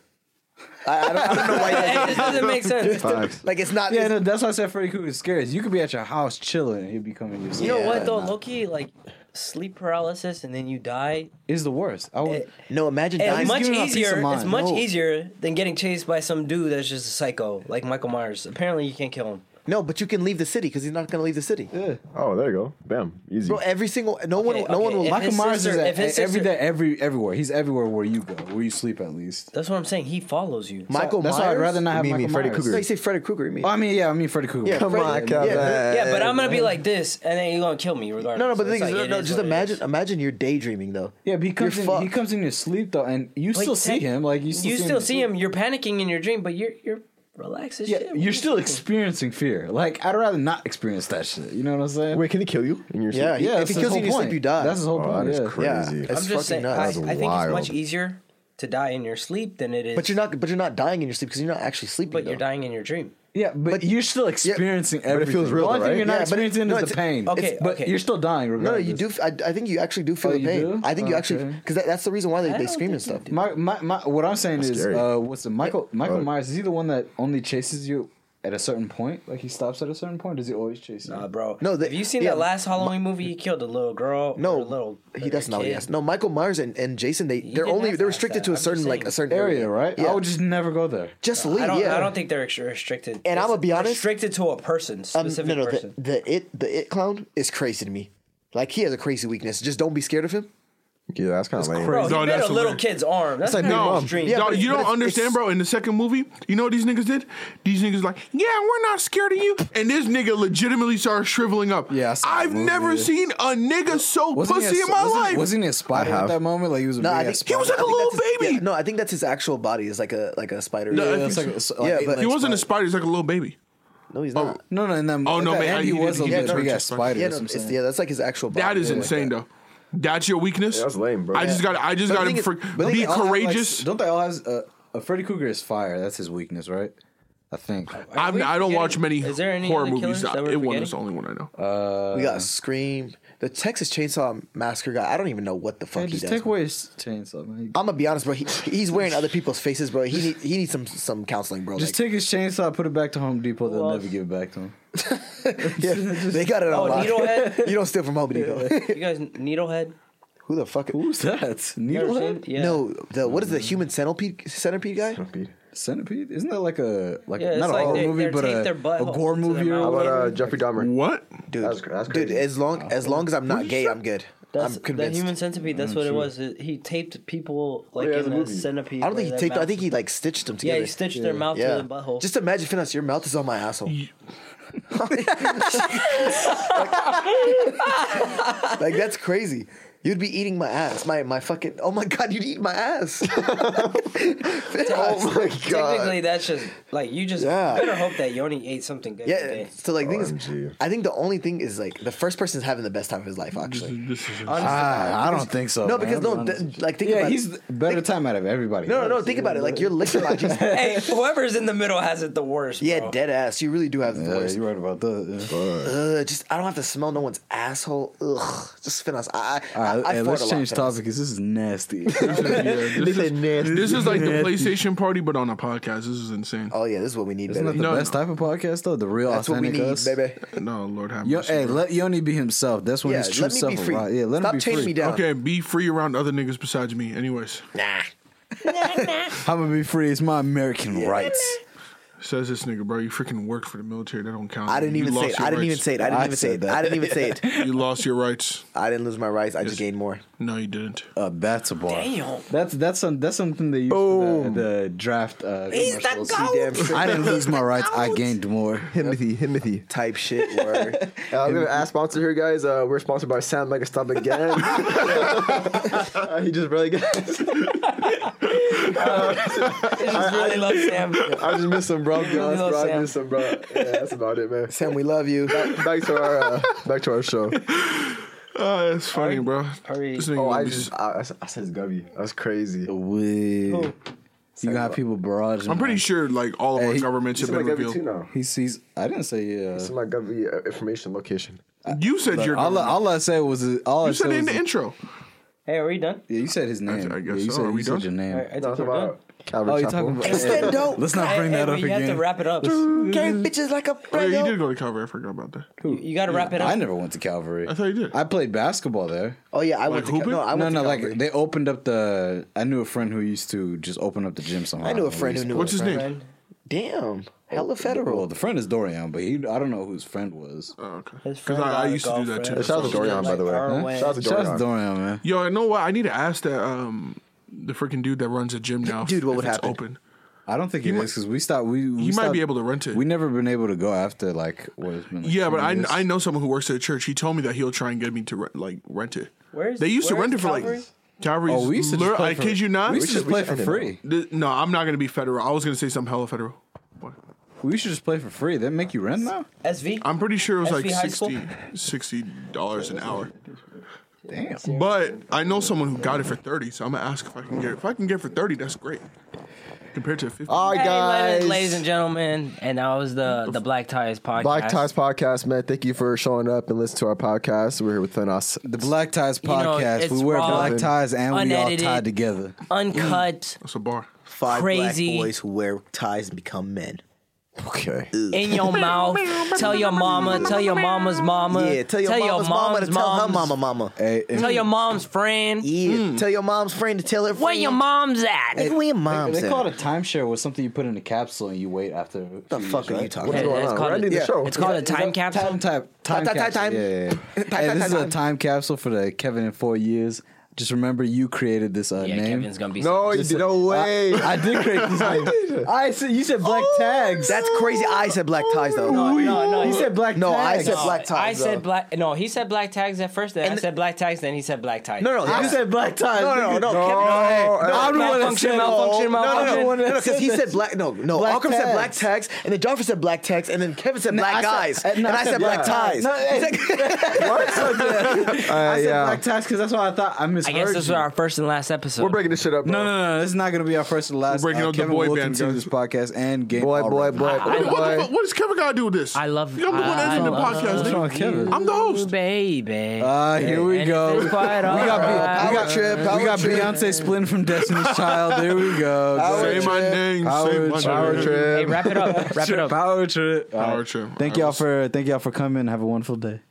E: I, I, don't, I don't know why. he doesn't-
F: it doesn't make sense.
C: Facts.
E: like it's not.
A: Yeah,
E: it's-
A: no, that's why I said Freddy Krueger is scary. You could be at your house chilling and he'll be coming to
F: You
A: you.
F: know
E: Yeah,
F: what though,
E: nah.
F: Loki? Like sleep paralysis, and then you die.
A: It's the worst. I would,
E: no, imagine
F: It's
E: dying.
A: he's
F: much
A: giving him a peace of
F: easier. It's
A: mind.
F: much
A: No.
F: easier than getting chased by some dude that's just a psycho, like Michael Myers. Apparently, you can't kill him.
E: No, but you can leave the city because he's not gonna leave the city.
C: Oh, there you go. Bam. Easy.
E: Bro, every single no one,
F: Okay,
E: no one
F: okay,
E: will.
F: if
A: Michael
F: his
A: Myers
F: sister-
A: is
F: if
A: at,
F: his
A: every
F: sister-
A: day, every everywhere. He's everywhere where you go, where you sleep at least.
F: That's what I'm saying. He follows you.
E: Michael
A: That's why
E: Myers.
A: I'd rather not
C: You
A: have
C: mean me,
A: Michael
C: Freddy
A: Myers.
E: No,
C: Krueger.
E: you say Freddy Krueger. You mean?
A: Oh, I mean, yeah, I mean Freddy Krueger.
E: Yeah,
C: Come on,
E: Freddy-
C: come
E: yeah,
C: on.
F: yeah, but I'm gonna be like this, and then you're gonna kill me regardless.
E: No, no, but the
F: It's
E: thing is,
F: like, it
E: no, no,
F: is
E: just
F: what it
E: imagine,
F: is.
E: imagine you're daydreaming though.
A: Yeah, but he comes
E: You're
A: in. He
E: fucked.
A: comes in your sleep though, and you
F: Like,
A: still see
F: tech-
A: him. Like you still
F: you
A: see
F: still
A: him.
F: see him. You're panicking in your dream, but you're you're relaxed as
A: Yeah,
F: shit.
A: you're still experiencing fear. Like I'd rather not experience that shit. You know what I'm saying?
C: Wait, can he kill you in your
E: Yeah,
C: sleep?
E: he-
A: yeah,
E: if
A: that's
E: he
A: his
E: kills
A: whole
E: you in your sleep,
A: point.
E: you die.
A: That's his whole
C: Oh,
A: point.
C: that is
A: yeah.
C: crazy.
E: Yeah.
F: I'm
E: It's
F: just
E: fucking
F: saying.
E: nuts.
F: I, I
E: That's
F: think it's much
C: wild.
F: easier to die in your sleep than it is.
E: But you're not, but you're not dying in your sleep because you're not actually sleeping.
F: But you're
E: though.
F: dying in your dream.
A: Yeah, but, you're still experiencing
C: it
A: everything.
C: feels real
A: The only
C: though,
A: thing
C: right?
A: you're not
E: Yeah, but it-
A: experiencing
E: no,
A: is the
E: it's-
A: pain.
F: okay,
A: It's- but
F: okay.
A: you're still dying.
E: No, no,
A: Regardless.
E: you do. I, I think you actually do feel
A: Oh,
E: the
A: you
E: pain.
A: do?
E: I think you
A: Oh,
E: actually
A: okay.
E: because that, that's the reason why they,
F: I
E: they
F: don't
E: scream and
F: think you
E: stuff.
F: do.
A: My, my, my, what I'm saying is,
C: scary.
A: uh, what's the Michael Michael
C: Oh.
A: Myers? Is he the one that only chases you at a certain point? Like he stops at a certain point? Does he always chase you?
F: Nah, bro.
E: No, the-
F: have you seen
E: yeah,
F: that last Halloween movie? He killed a little girl.
E: No,
F: or a little.
E: he that's not what he
F: kid.
E: asked. No, Michael Myers and, and Jason they they're
F: didn't
E: only
F: ask
E: they're
F: that.
E: restricted to
F: I'm
E: a
F: just
E: certain like
F: saying.
E: a certain
A: area, right?
E: Yeah.
A: I would just never go there.
E: Just leave.
F: I don't.
E: yeah.
F: I don't think they're ex- restricted.
E: And I'ma
F: It's
E: be honest-
F: restricted to a person,
E: Um,
F: specific
E: no, no, the,
F: person.
E: the it the it clown is crazy to me. Like he has a crazy weakness. Just don't be scared of him.
C: Yeah, that's kind of lame.
F: Bro,
B: No,
F: he bit
B: that's
F: a little
B: weird.
F: kid's arm. That's like
B: No,
F: no,
B: no,
E: but-
B: you
E: but
B: don't
E: it's-
B: understand,
E: it's-
B: bro. In the second movie, you know what these niggas did? These niggas like, yeah, we're not scared of you, and this nigga legitimately started shriveling up.
A: Yeah, I saw that
B: I've
A: movie.
B: never seen a nigga so
A: Wasn't he
B: pussy
A: a-
B: in my
A: wasn't,
B: life.
A: Wasn't he a spider
C: I
A: at
C: have.
A: that moment? Like he was a
E: No,
A: big
E: I
A: ass
E: think
B: He was
E: I
B: like a
E: think
B: little
E: that's his-
B: baby.
E: yeah, no, I think that's his actual body. Is like a like a spider.
B: No, I
A: Yeah, it's
B: think
A: like, it's
B: so.
A: like
E: Yeah,
A: eight
E: but-
B: he
A: legs
B: wasn't a
A: spider.
B: spider. He's like a little baby.
E: no, he's not.
A: No, no, in that.
B: Oh, no,
A: at the
B: man,
A: end,
B: I-
A: he,
B: he
A: was a little
B: did- yeah,
A: bit
B: no,
A: big ass
B: true.
A: spider.
E: yeah,
A: or
E: no,
A: something.
E: it's, yeah, that's like his actual body.
B: That is
E: Yeah, like
B: insane,
E: that.
B: though. That's your weakness.
C: Yeah, that's lame, bro.
B: I just
C: Yeah.
B: got. I just
E: But
B: got
E: the thing
B: to
E: is-
B: fr-
E: but
B: be
A: They all have, like,
B: courageous.
A: don't they all have uh, a Freddy Krueger is fire? That's his weakness, right? I think.
B: I'm,
F: we
B: I don't
F: forgetting-
B: watch many
F: is there any
B: horror
F: other
B: movies.
F: killers
B: That
F: that we're
B: it one is
F: forgetting?
B: the only one I know.
E: We got Scream, the Texas Chainsaw Massacre guy. I don't even know what the fuck
A: Hey,
E: he
A: just
E: does.
A: take away his chainsaw, man.
E: I'm gonna be honest, bro. He, he's wearing other people's faces, bro. He need, he needs some some counseling, bro.
A: Just
E: Like,
A: take his chainsaw, put it back to Home Depot. They'll
F: Well-
A: never give it back to him.
E: yeah, they got it on
F: Oh,
E: lock.
F: Needlehead?
E: you don't steal from Home Depot.
F: You guys, Needlehead.
E: Who the fuck?
A: Who's that?
F: You ever
A: Needlehead?
F: seen- Yeah.
E: No, the what is the human centipede centipede guy?
A: Centipede? Isn't that like a like
F: Yeah, it's
A: not a
F: like
A: horror
F: they-
A: movie,
F: they
A: but
F: take their
A: a,
F: butt
A: a
F: hole
A: gore
F: to their
A: movie? Or
F: mouth.
C: How about
A: whatever?
C: uh, Jeffrey Dahmer?
B: What?
E: Dude,
C: That's- that's
E: dude.
C: crazy.
E: As long as long as I'm not gay, I'm good.
F: That's
E: I'm convinced.
F: the human centipede. That's what it was. It- he taped people like
C: Mm, Oh, yeah,
F: in
C: the
F: a
C: movie.
F: centipede.
E: I don't
F: by
E: think he
F: their
E: taped. I
F: mouth.
E: think he like stitched them
F: yeah,
E: together.
F: he stitched their mouth
E: Yeah.
F: to the butthole.
E: Just imagine, Finas, your mouth is on my asshole. like that's crazy. You'd be eating my ass. My my fucking. Oh my god, you'd eat my ass.
C: Oh my
F: Technically, that's just like you just
E: uh, Yeah.
F: better hope that Yoni ate something good.
E: Yeah.
F: today.
E: So like, thing is,
C: OMG.
E: I think the only thing is like the first person's having the best time of his life. Actually,
B: This is
F: Honestly,
A: Ah, I Mm-hmm. don't think so.
E: no,
A: man.
E: because
A: I'll
E: no,
A: be honest
E: th-
A: with you.
E: like think
A: yeah,
E: about
A: he's
E: it.
A: better time out of everybody.
E: No, no, no. Think about it. Like you're licking my cheese.
F: hey, whoever's in the middle has it the worst.
E: Yeah,
F: bro.
E: dead ass. You really do have the
A: Yeah,
E: voice.
A: you're right about that. yeah.
E: Ugh, just I don't have to smell no one's asshole. Ugh, just Finas. I, I,
A: All right,
E: I, I
A: hey,
E: fought a
A: let's
E: lot,
A: change
E: Finas.
A: topic because this is nasty.
B: this
C: said
B: is
C: nasty.
B: this is like the PlayStation party, but on a podcast. This is insane.
E: Oh yeah, this is what we need.
A: Isn't that the
E: baby.
B: No,
A: best
B: no.
A: type of podcast though? The real
E: That's what we
A: authentic
E: need,
A: us.
E: baby.
B: No, Lord have
A: Yo,
B: mercy.
A: hey,
B: bro.
A: let Yoni be himself. That's when
E: Yeah,
A: his true
E: let me
A: self
E: be
A: will
E: free.
A: rise. Yeah, let
E: Stop
A: him be
E: chaining
A: free.
E: me down.
B: okay, be free around other niggas besides me. Anyways,
E: Nah.
A: I'm gonna be free. It's my American rights.
B: says this nigga, bro. You freaking worked for the military. That don't count.
E: I didn't
B: You
E: even say
B: lost
E: it.
B: your
E: I didn't even
B: rights.
E: say it. I didn't
A: I
E: even
A: said
E: say it.
A: that.
E: I didn't even say it.
B: You lost your rights.
E: I didn't lose my rights. I just gained more.
B: No, you didn't.
A: Uh, that's a bar.
F: Damn.
A: That's that's some that's something they use for the, the draft. Uh,
F: He's the
A: commercials.
F: goat.
E: Damn straight
A: I didn't lose my rights. I gained more.
C: Himothy, Himothy.
E: type shit. Word.
C: Uh, I'm gonna ask sponsor here, guys. Uh, we're sponsored by Sam Megastop again. Uh, he just really got.
F: I just really love Sam.
C: I just miss him, bro.
F: really
C: That's
F: love
C: bro. I
F: Sam.
C: miss him, bro. Yeah, that's about it, man.
E: Sam, we love you.
C: Back to our uh, back to our show.
B: Uh, it's funny, bro.
F: Ari-
B: This nigga
C: Oh,
B: gonna
C: I
B: be-
C: just I, I- I said Gubby. That's crazy.
A: Wee. You got people barraging.
B: I'm pretty
A: man.
B: sure like all of our
A: Hey,
B: governments
C: He's
B: have
C: in my
B: been
C: Gubby too
B: revealed.
C: now.
A: He sees. I didn't say. Uh,
C: He's in my Gubby uh, information location.
B: You said your
A: all,
B: government.
A: I- all I said was uh, all I
B: you
A: said,
B: said it in
A: was-
B: the intro.
D: Hey, are we done?
A: yeah, you said his name.
B: I guess
A: yeah, you
B: so.
A: said,
B: Are we
A: you said
B: done?
A: your name.
D: I think we're done.
C: about Calvary
A: Oh, you're
C: Chapel.
A: talking about
E: dope.
A: Let's not bring
D: Hey,
A: that
D: hey,
A: up
D: but you have
A: again.
D: to wrap it up.
E: Gang bitches like a
B: Oh, yeah, you
E: Prego.
B: did go to Calvary. I forgot about that.
D: You, you got to wrap it up.
A: I never went to Calvary.
B: I thought you did.
A: I played basketball there.
E: Oh yeah, I went to
B: hooping?
E: Cal- no, I
A: no,
E: went
A: no,
E: to
A: like
E: Calgary.
A: they opened up the. I knew a friend who used to just open up the gym somehow.
E: I knew a
A: We
E: friend
A: used to-
E: who knew.
B: What's his
E: a friend.
B: name?
E: Damn, hella
A: Well,
E: federal.
A: the friend is Dorian, but he I don't know whose friend was.
B: Oh, okay.
D: His
B: Because
D: friend
B: I, I
D: got a
B: used to do that
D: girlfriend.
B: too.
D: Shout
C: Shout out to Dorian, by the way.
D: Huh?
C: Shout out to
A: Shout out to
C: Dorian.
A: Dorian, man.
B: Yo, I know what? I need to ask that um the freaking dude that runs a gym now. if-
E: Dude, what
B: if
E: would
B: it's
E: happen?
B: Open.
A: I don't think it is 'cause
B: might-
A: because we stopped. We, we
B: You might
A: stopped-
B: be able to rent it.
A: We never been able to go after like what it's been. Like
B: Yeah, but
A: 20
B: I,
A: years.
B: I know someone who works at a church. He told me that he'll try and get me to re- like rent it.
D: Where's-
B: they used to
D: where's
B: rent it for like
D: Calvary?
B: Calvary's.
A: Oh, we used to just
B: lure-
A: play
B: I
A: for-
B: kid you not.
A: We should just play for free.
B: Th- No, I'm not gonna be federal. I was gonna say something hella federal. What?
A: We should just play for free. They make you rent now.
D: SV?
B: I'm pretty sure it was like
D: SB High School?
B: 60 dollars an hour.
A: Damn.
B: But I know someone who got it for thirty, so I'm gonna ask if I can get it. If I can get it for thirty, that's great. Compared to fifty.
A: Uh,
C: All right,
F: Hey,
C: guys.
F: ladies, ladies and gentlemen, and that was the the Black Ties podcast.
C: Black Ties Podcast, man. Thank you for showing up and listening to our podcast. We're here with Thanos.
A: The Black Ties
F: You know,
A: podcast.
F: it's
A: we wear
F: raw,
A: black ties and we all
F: unedited.
A: tied together.
F: uncut
B: that's a bar.
E: Five
F: Crazy.
E: black boys who wear ties and become men.
C: Okay.
F: in your mouth. tell your mama. Tell your mama's mama.
E: Yeah, tell your mama's mama to tell her mama mama.
A: Hey, and
F: Tell your mom's friend.
E: Yeah, tell your mom's friend to tell her friend.
F: Where your mom's at?
E: Nigga, where your
A: they,
E: mom's
A: they
E: at?
A: call it a timeshare with something you put in a capsule and you wait after. What
E: the fuck are you talking
C: What's
E: about?
C: going
F: that's
C: on?
F: called
C: We're ending the
E: yeah.
C: show.
F: It's called a time capsule.
A: Time, time, time,
E: Time, time,
A: capsule.
E: time.
A: Yeah, yeah, yeah.
E: Time,
A: Hey,
E: time,
A: this is
E: time,
A: a
E: time.
A: time capsule for the Kevin in four years. Just remember, you created this uh,
F: Yeah,
A: name.
F: Kevin's gonna be.
C: No, you did no way.
A: I did create this name. I said you said black tags.
E: That's crazy. I said black ties though.
F: no, no, no.
A: He said black.
E: No, I
A: tags.
E: said black
F: I
E: ties.
F: said
E: though.
F: black. No, he said black tags at first. Then I
E: And-
F: said black tags. Then he said black ties.
E: No, no,
A: I
E: no,
A: said black ties.
E: no, no,
A: nigga.
E: no.
C: No,
E: Kevin,
C: no,
A: I'm the one that
F: Malfunction,
A: said-
F: malfunction,
A: No, no, no.
F: malfunction.
A: I'm the one that
E: because he
A: said
E: said black. No, no.
A: Black
E: Malcolm said black
A: tags.
E: tags, and then Joffrey said black tags, and then Kevin said
A: No,
E: black
A: I said-
E: eyes,
A: no,
E: and I said black ties.
A: No, hey. I said
C: yeah.
A: black ties because that's what I thought. I
F: I
A: misheard.
F: guess this was
A: you.
F: our first and last episode.
C: We're breaking this shit up.
A: No,
C: bro.
A: no, no. This is not going to be our first and last.
B: We're breaking
A: uh,
B: up the
A: Kevin
B: boy
A: Wilson
B: band,
A: to
B: guys.
A: this podcast and game.
C: Boy,
A: All
C: boy,
A: Right.
C: boy,
F: I- I
C: boy,
B: What, the
C: boy.
B: fuck, what does Kevin gotta do with this?
F: I love.
B: I'm the one
F: I- I
B: ending the
F: love
B: podcast.
A: What's wrong,
B: nigga.
A: with Kevin?
B: I'm the host.
F: baby.
A: Ah, here we
F: And
A: go.
F: it's quite
A: we got, Be- we
F: alright.
E: Power
A: got,
E: trip,
A: we
E: power
A: got
E: trip.
A: Beyonce Splin from Destiny's Child. There we go.
B: Say my name.
A: Power
B: say my
A: trip. Power
B: name.
A: trip.
F: hey, wrap it up. Wrap it up.
A: Power trip.
B: Power trip.
A: Thank
B: I
A: y'all
B: was-
A: for thank y'all for coming. Have a wonderful day.